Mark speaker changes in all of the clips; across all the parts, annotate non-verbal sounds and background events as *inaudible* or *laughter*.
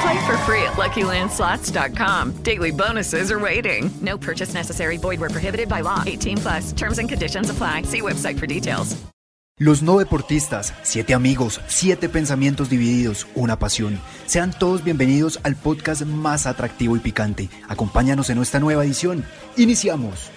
Speaker 1: Play for free at LuckyLandSlots.com. Daily bonuses are waiting. No purchase necessary. Void where prohibited by law. 18 plus. Terms and conditions apply. See website for details.
Speaker 2: Los no deportistas, siete amigos, siete pensamientos divididos, una pasión. Sean todos bienvenidos al podcast más atractivo y picante. Acompáñanos en nuestra nueva edición. Iniciamos.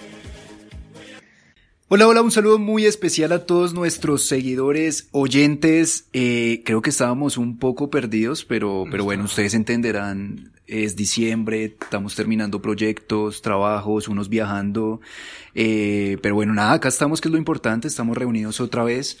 Speaker 2: Hola, hola, un saludo muy especial a todos nuestros seguidores, oyentes. Eh, creo que estábamos un poco perdidos, pero, pero bueno, ustedes entenderán. Es diciembre, estamos terminando proyectos, trabajos, unos viajando. Eh, pero bueno, nada, acá estamos, que es lo importante, estamos reunidos otra vez,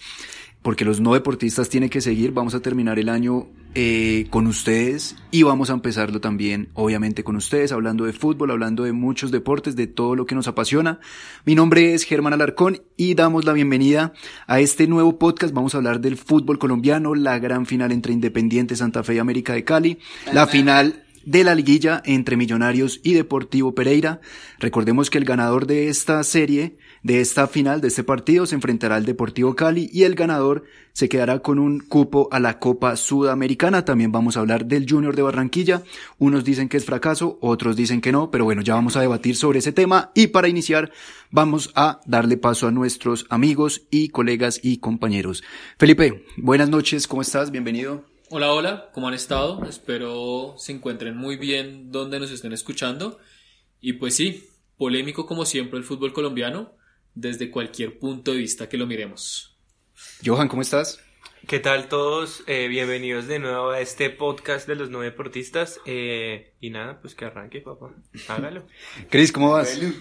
Speaker 2: porque los no deportistas tienen que seguir. Vamos a terminar el año eh, con ustedes y vamos a empezarlo también, obviamente, con ustedes, hablando de fútbol, hablando de muchos deportes, de todo lo que nos apasiona. Mi nombre es Germán Alarcón y damos la bienvenida a este nuevo podcast. Vamos a hablar del fútbol colombiano, la gran final entre Independiente Santa Fe y América de Cali, la final de la liguilla entre Millonarios y Deportivo Pereira. Recordemos que el ganador de esta serie, de esta final, de este partido, se enfrentará al Deportivo Cali y el ganador se quedará con un cupo a la Copa Sudamericana. También vamos a hablar del Junior de Barranquilla. Unos dicen que es fracaso, otros dicen que no, pero bueno, ya vamos a debatir sobre ese tema y para iniciar vamos a darle paso a nuestros amigos y colegas y compañeros. Felipe, buenas noches, ¿cómo estás? Bienvenido.
Speaker 3: Hola, hola, ¿cómo han estado? Espero se encuentren muy bien donde nos estén escuchando. Y pues sí, polémico como siempre el fútbol colombiano, desde cualquier punto de vista que lo miremos.
Speaker 2: Johan, ¿cómo estás?
Speaker 4: ¿Qué tal todos? Eh, bienvenidos de nuevo a este podcast de los no deportistas. Eh, y nada, pues que arranque, papá. Hágalo.
Speaker 2: Cris, ¿cómo vas?
Speaker 5: Bien,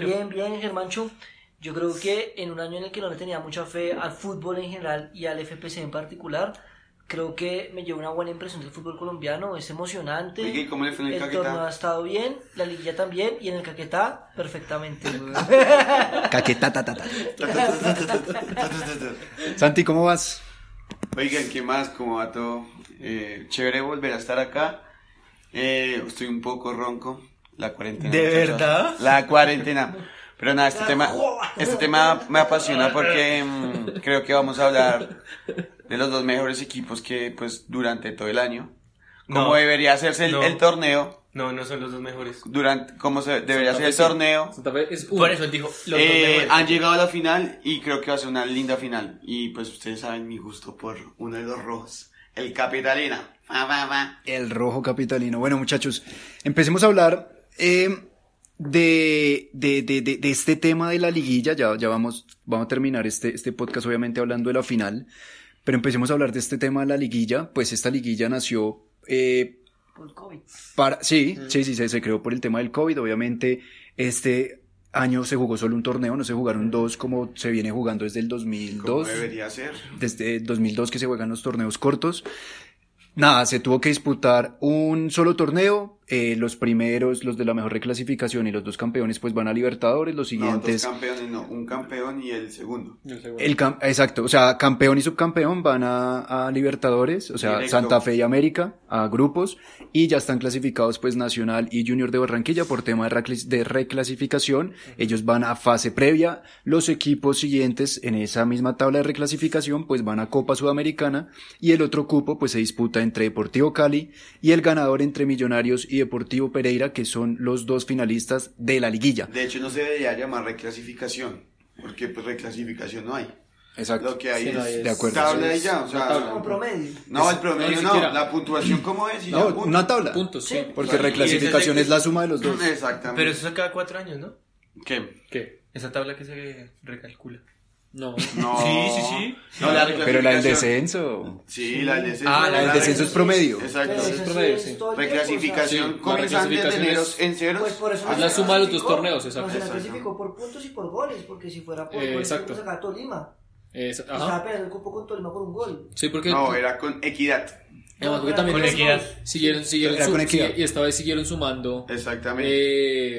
Speaker 5: bien, bien, Germancho. Yo creo que en un año en el que no le tenía mucha fe al fútbol en general y al FPC en particular, creo que me llevó una buena impresión del fútbol colombiano, es emocionante.
Speaker 6: Oiga, ¿y cómo le fue en el Caquetá?
Speaker 5: torneo ha estado bien, la liguilla también, y en el Caquetá, perfectamente.
Speaker 2: Caquetá, ta, ta, ta. Santi, ¿cómo vas?
Speaker 6: *laughs* Oigan, ¿qué más? ¿Cómo va todo? Eh, chévere volver a estar acá. Eh, estoy un poco ronco. La cuarentena.
Speaker 4: ¿De
Speaker 6: muchachos.
Speaker 4: verdad?
Speaker 6: La cuarentena. Pero nada, este tema, este tema me apasiona porque mm, creo que vamos a hablar de los dos mejores equipos que pues durante todo el año. Cómo
Speaker 4: No.
Speaker 6: debería hacerse el,
Speaker 4: No.
Speaker 6: el torneo,
Speaker 4: No, no son los dos mejores.
Speaker 6: durante, cómo se
Speaker 3: Santa
Speaker 6: debería ser
Speaker 3: Fe
Speaker 6: el
Speaker 3: sí.
Speaker 6: torneo.
Speaker 3: Santa Fe es uno.
Speaker 4: Por eso él dijo los
Speaker 6: Eh,
Speaker 4: dos mejores.
Speaker 6: han llegado a la final y creo que va a ser una linda final. Y pues ustedes saben mi gusto por uno de los rojos, el Capitalina. Va, va, va.
Speaker 2: El rojo capitalino. Bueno, muchachos, empecemos a hablar eh, de, de, de, de- de este tema de la liguilla. Ya, ya vamos, vamos a terminar este, este podcast, obviamente, hablando de la final. Pero empecemos a hablar de este tema de la liguilla. Pues esta liguilla nació eh,
Speaker 5: Por COVID.
Speaker 2: para, sí, sí, sí, se, se creó por el tema del COVID. Obviamente, este año se jugó solo un torneo, no se jugaron dos como se viene jugando desde el
Speaker 6: Como
Speaker 2: 2002
Speaker 6: debería ser.
Speaker 2: desde 2002 que se juegan los torneos cortos. Nada, se tuvo que disputar un solo torneo. eh, los primeros, los de la mejor reclasificación y los dos campeones, pues van a Libertadores. Los
Speaker 6: No, dos
Speaker 2: siguientes,
Speaker 6: campeones, no, un campeón y el segundo.
Speaker 2: el cam- exacto, o sea, campeón y subcampeón van a, a Libertadores, o sea,
Speaker 6: Directo.
Speaker 2: Santa Fe y América a grupos y ya están clasificados, pues Nacional y Junior de Barranquilla por tema de, reclas- de reclasificación. Ellos van a fase previa. Los equipos siguientes en esa misma tabla de reclasificación, pues van a Copa Sudamericana y el otro cupo, pues se disputa entre Deportivo Cali y el ganador entre Millonarios y Deportivo Pereira, que son los dos finalistas de la liguilla.
Speaker 6: De hecho, no se debería llamar reclasificación, porque pues reclasificación no hay. Lo
Speaker 2: Exacto.
Speaker 6: que hay
Speaker 3: Sí, no,
Speaker 6: es
Speaker 3: es-
Speaker 2: De acuerdo.
Speaker 6: tabla
Speaker 3: sí,
Speaker 6: y ya, o
Speaker 3: es
Speaker 6: sea,
Speaker 3: una tabla.
Speaker 5: Como promedio.
Speaker 6: no, el promedio
Speaker 3: ni
Speaker 6: no,
Speaker 3: siquiera.
Speaker 6: la puntuación cómo es y ya,
Speaker 2: No,
Speaker 6: punto.
Speaker 2: una tabla.
Speaker 3: Puntos, sí.
Speaker 4: Claro, y
Speaker 2: Porque
Speaker 4: ese es el
Speaker 2: reclasificación
Speaker 4: que-
Speaker 2: es la suma de los dos.
Speaker 6: Exactamente.
Speaker 4: Pero eso es cada cuatro años, ¿no?
Speaker 6: ¿Qué?
Speaker 3: ¿Qué?
Speaker 4: Esa tabla que se recalcula.
Speaker 3: No.
Speaker 6: No.
Speaker 4: Sí, sí, sí.
Speaker 6: No, la reclasificación.
Speaker 2: Pero la del descenso.
Speaker 6: Sí, la del descenso.
Speaker 3: Ah, la del
Speaker 2: descenso es promedio.
Speaker 6: Exacto.
Speaker 5: Pero
Speaker 3: es
Speaker 5: eso
Speaker 3: promedio,
Speaker 5: es
Speaker 3: sí.
Speaker 5: todo el tiempo,
Speaker 6: Reclasificación
Speaker 3: Sí, la
Speaker 6: comienza antes de
Speaker 3: reclasificación
Speaker 6: enero
Speaker 3: es-
Speaker 6: en ceros.
Speaker 5: Pues por eso
Speaker 6: Ah,
Speaker 5: no
Speaker 3: la
Speaker 5: se
Speaker 3: suma de los dos
Speaker 5: clasificó.
Speaker 3: torneos, exacto.
Speaker 5: No se la
Speaker 6: Exacto.
Speaker 5: clasificó por puntos y por goles, porque si fuera por
Speaker 3: Eh,
Speaker 5: goles,
Speaker 3: exacto.
Speaker 5: exacto. sacar Tolima.
Speaker 3: Es-
Speaker 5: Estaba
Speaker 3: ajá.
Speaker 5: peleando el cupo con Tolima por un gol.
Speaker 3: Sí, porque.
Speaker 6: No, eh, era con equidad.
Speaker 3: además, porque también
Speaker 4: Con
Speaker 3: los-
Speaker 4: equidad.
Speaker 3: Siguieron, siguieron
Speaker 2: Era
Speaker 3: su-
Speaker 2: con equidad.
Speaker 3: y esta vez siguieron sumando.
Speaker 6: Exactamente.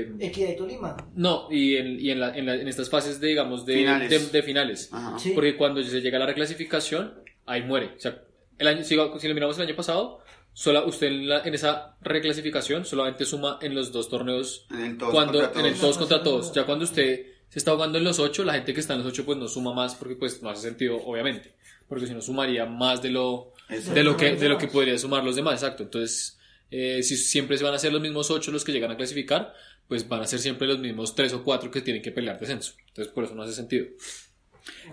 Speaker 3: Eh,
Speaker 5: Equidad de Tolima.
Speaker 3: no, y, en, y en, la- en la- en estas fases, de, digamos, de
Speaker 6: Finales.
Speaker 3: de- de finales.
Speaker 6: Ajá.
Speaker 5: Sí.
Speaker 3: Porque cuando se llega a la reclasificación, ahí muere. O sea, el año, si, si lo miramos el año pasado, sola, usted en, la- en esa reclasificación solamente suma en los dos torneos.
Speaker 6: En el todos
Speaker 3: cuando,
Speaker 6: contra
Speaker 3: En el
Speaker 6: todos.
Speaker 3: todos contra todos. Ya cuando usted se está jugando en los ocho, la gente que está en los ocho pues no suma más porque pues no hace sentido, obviamente. Porque si no sumaría más de lo,
Speaker 6: Exacto.
Speaker 3: de lo, que, de lo que podría sumar los demás. Exacto. Entonces, eh, si siempre se van a ser los mismos ocho los que llegan a clasificar, pues van a ser siempre los mismos tres o cuatro que tienen que pelear descenso. Entonces, por eso no hace sentido.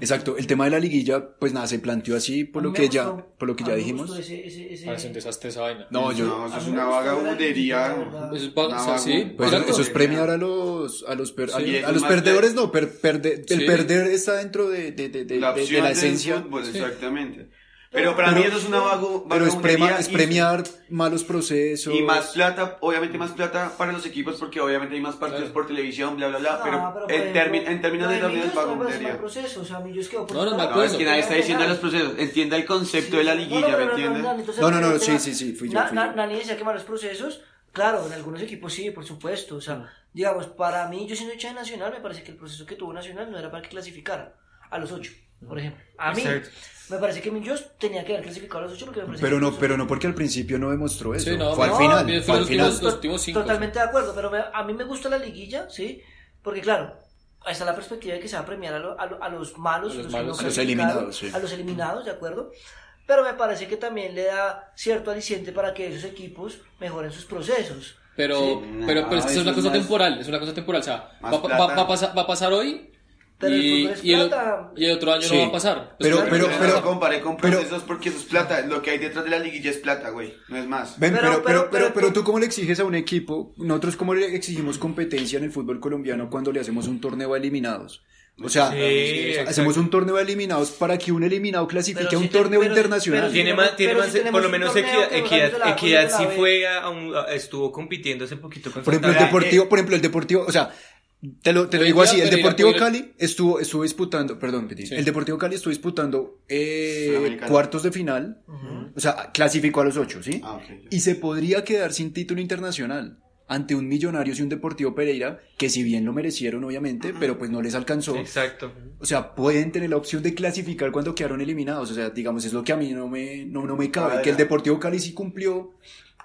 Speaker 2: Exacto. El tema de la liguilla, pues nada, se planteó así por
Speaker 5: A
Speaker 2: lo
Speaker 5: mí
Speaker 2: que
Speaker 5: me
Speaker 2: ya,
Speaker 5: gustó.
Speaker 2: por lo que
Speaker 5: A
Speaker 2: ya
Speaker 5: mí me gustó
Speaker 2: dijimos.
Speaker 5: ese- ese- ese-
Speaker 3: Parece Ah, un desastre esa vaina.
Speaker 2: No, yo.
Speaker 6: No, eso es una vagabundería.
Speaker 3: Eso es va-
Speaker 6: Una
Speaker 3: o sea, sí,
Speaker 6: vagabundería.
Speaker 2: Pues
Speaker 3: Exacto.
Speaker 2: eso es premiar a los, a los, per- a-
Speaker 6: eh, Sí.
Speaker 2: a los perdedores, no, per- perde- el
Speaker 3: Sí.
Speaker 2: perder está dentro de, de- de- de-
Speaker 6: la
Speaker 2: de- de
Speaker 6: opción
Speaker 2: la
Speaker 6: del
Speaker 2: esencia.
Speaker 6: fútbol, exactamente. Pero para mí eso es una vago,
Speaker 2: Pero es, prema-
Speaker 6: vagabundería
Speaker 2: es
Speaker 6: y-
Speaker 2: premiar malos procesos.
Speaker 6: Y más plata, obviamente más plata para los equipos porque obviamente hay más partidos
Speaker 3: Claro.
Speaker 6: por televisión, bla, bla, bla.
Speaker 5: No,
Speaker 6: pero
Speaker 5: por
Speaker 6: en,
Speaker 5: ejemplo, pues,
Speaker 6: termi- en términos de
Speaker 5: lo
Speaker 6: torneo es
Speaker 5: Millos no me parece mal
Speaker 6: vagabundería.
Speaker 5: proceso, o sea, Millos quedó por
Speaker 3: No, no es mal
Speaker 5: fuera.
Speaker 6: No, es
Speaker 3: Bueno,
Speaker 6: que nadie está diciendo los procesos. Entienda el concepto de la liguilla, ¿me entiendes?
Speaker 5: entonces,
Speaker 2: No, no, no,
Speaker 5: el
Speaker 2: sí,
Speaker 5: tema-
Speaker 2: sí, sí, fui yo,
Speaker 5: Na-
Speaker 2: fui
Speaker 5: na-
Speaker 2: yo.
Speaker 5: Nadie decía que malos procesos. Claro, en algunos equipos sí, por supuesto. O
Speaker 2: Mm.
Speaker 5: sea, digamos, para mí, yo siendo hincha de Nacional, me parece que el proceso que tuvo Nacional no era para que clasificara a los ocho, por
Speaker 2: Mm.
Speaker 5: ejemplo. A mí,
Speaker 4: Exacto.
Speaker 5: me parece que Millos tenía que haber clasificado a los ocho porque me parece
Speaker 2: Pero
Speaker 5: que
Speaker 2: no,
Speaker 5: el proceso-
Speaker 2: pero no porque al principio no demostró eso.
Speaker 3: Sí, no,
Speaker 2: fue
Speaker 3: no,
Speaker 2: al final.
Speaker 3: fue
Speaker 2: Fue al
Speaker 3: los
Speaker 2: final.
Speaker 3: últimos- los últimos cinco,
Speaker 5: Totalmente de acuerdo, pero me- a mí me gusta la liguilla, ¿sí? Porque claro, ahí está la perspectiva de que se va a premiar a, lo- a lo- a los malos,
Speaker 3: A los malos,
Speaker 5: que no
Speaker 3: a los
Speaker 5: clasificaron,
Speaker 2: eliminados, sí.
Speaker 5: A los eliminados, ¿de acuerdo? Pero me parece que también le da cierto aliciente para que esos equipos mejoren sus procesos.
Speaker 3: Pero, pero, pero es que eso
Speaker 6: Ah,
Speaker 3: es una
Speaker 6: eso es
Speaker 3: cosa
Speaker 6: más-
Speaker 3: temporal, es una cosa temporal. O sea, va,
Speaker 6: Más
Speaker 3: va-
Speaker 6: plata.
Speaker 3: va a pasar, va a pasar hoy
Speaker 5: Pero el
Speaker 3: y,
Speaker 5: fútbol es
Speaker 3: y el,
Speaker 5: plata.
Speaker 3: y el otro año
Speaker 2: Sí.
Speaker 3: no va a pasar. Pues
Speaker 2: Pero-
Speaker 3: claro,
Speaker 2: pero-
Speaker 3: no va a
Speaker 6: Pero no
Speaker 3: pasar.
Speaker 6: comparé con
Speaker 2: pero-
Speaker 6: procesos porque eso es plata. Lo que hay detrás de la liguilla es plata, güey. No es más.
Speaker 2: Ven, pero,
Speaker 5: Pero-
Speaker 2: pero, pero,
Speaker 5: pero- pero-
Speaker 2: pero tú cómo le exiges a un equipo, nosotros cómo le exigimos competencia en el fútbol colombiano cuando le hacemos un torneo a eliminados. O sea,
Speaker 4: Sí,
Speaker 2: hacemos un torneo a eliminados para que un eliminado clasifique
Speaker 5: Pero
Speaker 2: a un
Speaker 5: si te-
Speaker 2: torneo
Speaker 5: pero si-
Speaker 2: internacional.
Speaker 5: pero
Speaker 4: Tiene
Speaker 5: Sí,
Speaker 4: más, tiene
Speaker 5: pero
Speaker 4: más,
Speaker 5: sí tenemos
Speaker 4: por lo
Speaker 5: un
Speaker 4: menos
Speaker 5: torneo
Speaker 4: equidad,
Speaker 5: que nos
Speaker 4: equidad,
Speaker 5: ganó la-
Speaker 4: equidad
Speaker 5: ganó
Speaker 4: sí
Speaker 5: la B.
Speaker 4: fue a un- a- estuvo compitiendo hace poquito
Speaker 3: Pues
Speaker 4: con
Speaker 2: Por ejemplo, el
Speaker 4: Santa Fe.
Speaker 2: Deportivo, por ejemplo, el Deportivo, o sea, te lo, te lo
Speaker 3: Hoy
Speaker 2: digo
Speaker 3: día,
Speaker 2: así, el
Speaker 3: pero mira,
Speaker 2: Deportivo
Speaker 3: hoy-
Speaker 2: Cali estuvo, estuvo disputando, perdón, Petit,
Speaker 3: Sí.
Speaker 2: el Deportivo Cali estuvo disputando eh,
Speaker 6: Sudamericana.
Speaker 2: cuartos de final, o sea, clasificó a los ocho, ¿sí?
Speaker 6: Ah, ok.
Speaker 2: Y se podría quedar sin título internacional ante un Millonarios y un Deportivo Pereira, que si bien lo merecieron, obviamente, pero pues no les alcanzó.
Speaker 4: Exacto.
Speaker 2: O sea, pueden tener la opción de clasificar cuando quedaron eliminados. O sea, digamos, es lo que a mí no me, no, no me cabe.
Speaker 6: Padre.
Speaker 2: Que el Deportivo Cali sí cumplió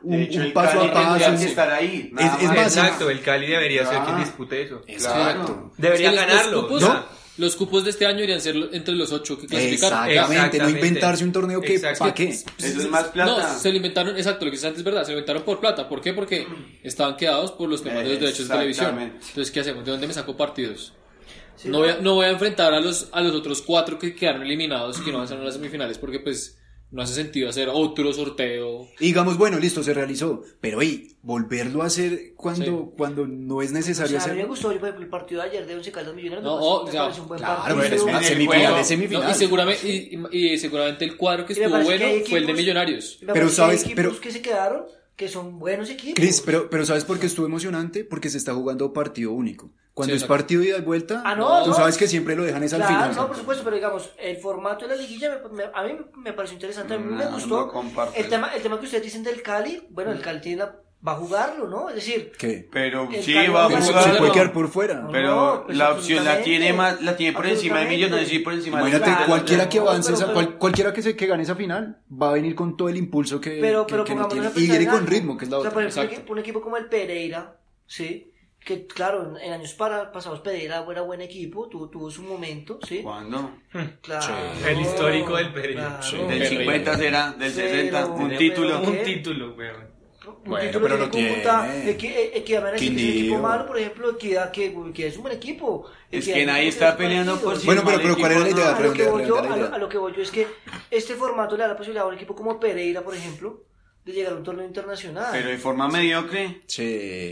Speaker 2: un,
Speaker 6: Ah, De hecho,
Speaker 2: un
Speaker 6: el
Speaker 2: paso
Speaker 6: Cali
Speaker 2: a
Speaker 6: tendría
Speaker 2: paso.
Speaker 6: que estar ahí.
Speaker 2: Es-
Speaker 6: nada
Speaker 2: es
Speaker 6: más.
Speaker 2: más,
Speaker 4: Exacto, el Cali debería ser quien
Speaker 6: Ah.
Speaker 4: dispute eso.
Speaker 6: Claro.
Speaker 4: Debería
Speaker 3: Es que los-
Speaker 4: ganarlo.
Speaker 3: Los cupos,
Speaker 4: ¿no?
Speaker 3: los cupos de este año irían ser lo- entre los ocho que clasificaron.
Speaker 2: Exactamente,
Speaker 3: Ya,
Speaker 2: no
Speaker 4: Exactamente.
Speaker 2: inventarse un torneo que
Speaker 4: Exacto.
Speaker 2: ¿para qué? Pues,
Speaker 6: Eso es más plata.
Speaker 3: No, se lo inventaron, exacto, lo que dices antes es verdad, se lo inventaron por plata. ¿Por qué? Porque estaban quedados por los temas de los derechos de televisión.
Speaker 6: Mm. Exactamente.
Speaker 3: Entonces, ¿qué hacemos? ¿De dónde me saco partidos? no, voy a, no voy a enfrentar a los, a los otros cuatro que quedaron eliminados y que no avanzaron a las semifinales porque, pues, no hace sentido hacer otro sorteo.
Speaker 2: Y digamos, bueno, listo, se realizó, pero hey, volverlo a hacer cuando, cuando no es
Speaker 5: O
Speaker 2: necesario
Speaker 5: sea, a mí me
Speaker 2: hacerlo.
Speaker 5: gustó yo, por ejemplo, el partido de ayer de Once Caldas Millonarios. me
Speaker 3: No,
Speaker 5: pareció-
Speaker 3: o
Speaker 5: me
Speaker 3: sea,
Speaker 5: pareció un buen
Speaker 2: claro,
Speaker 5: partido.
Speaker 2: pero es una
Speaker 6: En el
Speaker 2: semifinal
Speaker 6: juego.
Speaker 2: es semifinal.
Speaker 3: No, y, seguramente, y, y- y seguramente el cuadro que
Speaker 5: Y me
Speaker 3: estuvo
Speaker 5: parece que
Speaker 3: bueno
Speaker 5: hay
Speaker 3: fue el de
Speaker 5: equipos-
Speaker 3: Millonarios.
Speaker 5: me
Speaker 2: Pero
Speaker 5: parece que hay
Speaker 2: sabes-
Speaker 5: equipos
Speaker 2: pero-
Speaker 5: que se quedaron, que son buenos equipos.
Speaker 2: Cris, pero, pero ¿sabes por qué estuvo emocionante? Porque se está jugando partido único. Cuando
Speaker 3: Sí,
Speaker 2: es
Speaker 3: exacto.
Speaker 2: partido ida y vuelta,
Speaker 5: Ah, no,
Speaker 2: tú
Speaker 5: no.
Speaker 2: sabes que siempre lo dejan es al
Speaker 5: Claro,
Speaker 2: final.
Speaker 5: no, por supuesto, pero digamos, el formato de la liguilla me- me- a mí me pareció interesante, a mí me
Speaker 6: No,
Speaker 5: gustó.
Speaker 6: no comparto
Speaker 5: el,
Speaker 6: eso.
Speaker 5: tema, el tema que ustedes dicen del Cali, bueno, el Cali tiene la- va a jugarlo, ¿no? Es decir,
Speaker 2: ¿Qué?
Speaker 6: Pero
Speaker 5: El
Speaker 6: sí,
Speaker 5: Cali
Speaker 6: va a
Speaker 2: Pero se-
Speaker 3: jugar,
Speaker 6: jugar.
Speaker 2: se puede
Speaker 3: no.
Speaker 2: quedar por fuera.
Speaker 6: Pero
Speaker 5: No, pues
Speaker 6: la opción la
Speaker 5: absolutamente.
Speaker 6: tiene más, la tiene por encima de Millos, no sé si por encima de
Speaker 2: Imagínate,
Speaker 5: Claro,
Speaker 2: cualquiera
Speaker 5: pero-
Speaker 2: que avance,
Speaker 5: pero-
Speaker 2: esa-
Speaker 5: pero-
Speaker 2: cual- cualquiera que se que gane esa final va a venir con todo el impulso que,
Speaker 5: pero,
Speaker 2: que-
Speaker 5: pero
Speaker 2: que no
Speaker 5: pongámonos
Speaker 2: tiene.
Speaker 5: a
Speaker 2: Y
Speaker 5: pensar
Speaker 2: viene
Speaker 5: en
Speaker 2: con
Speaker 5: algo.
Speaker 2: ritmo, que es la
Speaker 5: O sea,
Speaker 2: otra.
Speaker 5: por ejemplo, un
Speaker 3: Exacto.
Speaker 5: equipo, un equipo como el Pereira, ¿sí? Que claro, en- en años para, pasados Pereira era buen equipo, tuvo, tuvo su momento, ¿sí?
Speaker 6: ¿Cuándo?
Speaker 5: Claro.
Speaker 4: El histórico del Pereira.
Speaker 5: Claro.
Speaker 4: Sí.
Speaker 5: Un
Speaker 6: Del
Speaker 3: Pero-
Speaker 6: 50 será, del 60, un
Speaker 5: Pero-
Speaker 6: título.
Speaker 4: Un título, weón.
Speaker 2: Bueno,
Speaker 5: título
Speaker 2: pero
Speaker 5: que
Speaker 2: lo
Speaker 5: tiene Cúcuta,
Speaker 2: tiene.
Speaker 5: Equi- eh, Equidad me parece que es un equipo
Speaker 2: Quindío.
Speaker 5: malo, por ejemplo, Equidad que, que es un buen equipo.
Speaker 6: Es
Speaker 5: Equidad
Speaker 6: que nadie
Speaker 5: tiene
Speaker 6: está
Speaker 5: buenos
Speaker 6: peleando
Speaker 5: partidos.
Speaker 6: por si
Speaker 2: Bueno, pero-
Speaker 6: mal
Speaker 2: pero ¿cuál era la
Speaker 6: equipo,
Speaker 2: idea?
Speaker 6: no.
Speaker 5: a Ah, lo que
Speaker 2: redondea,
Speaker 5: voy yo,
Speaker 2: redondea la
Speaker 5: a lo-
Speaker 2: idea.
Speaker 5: a lo que voy yo es que este formato le da la posibilidad a un equipo como Pereira, por ejemplo, de llegar a un torneo internacional.
Speaker 6: Pero de forma mediocre.
Speaker 2: Sí.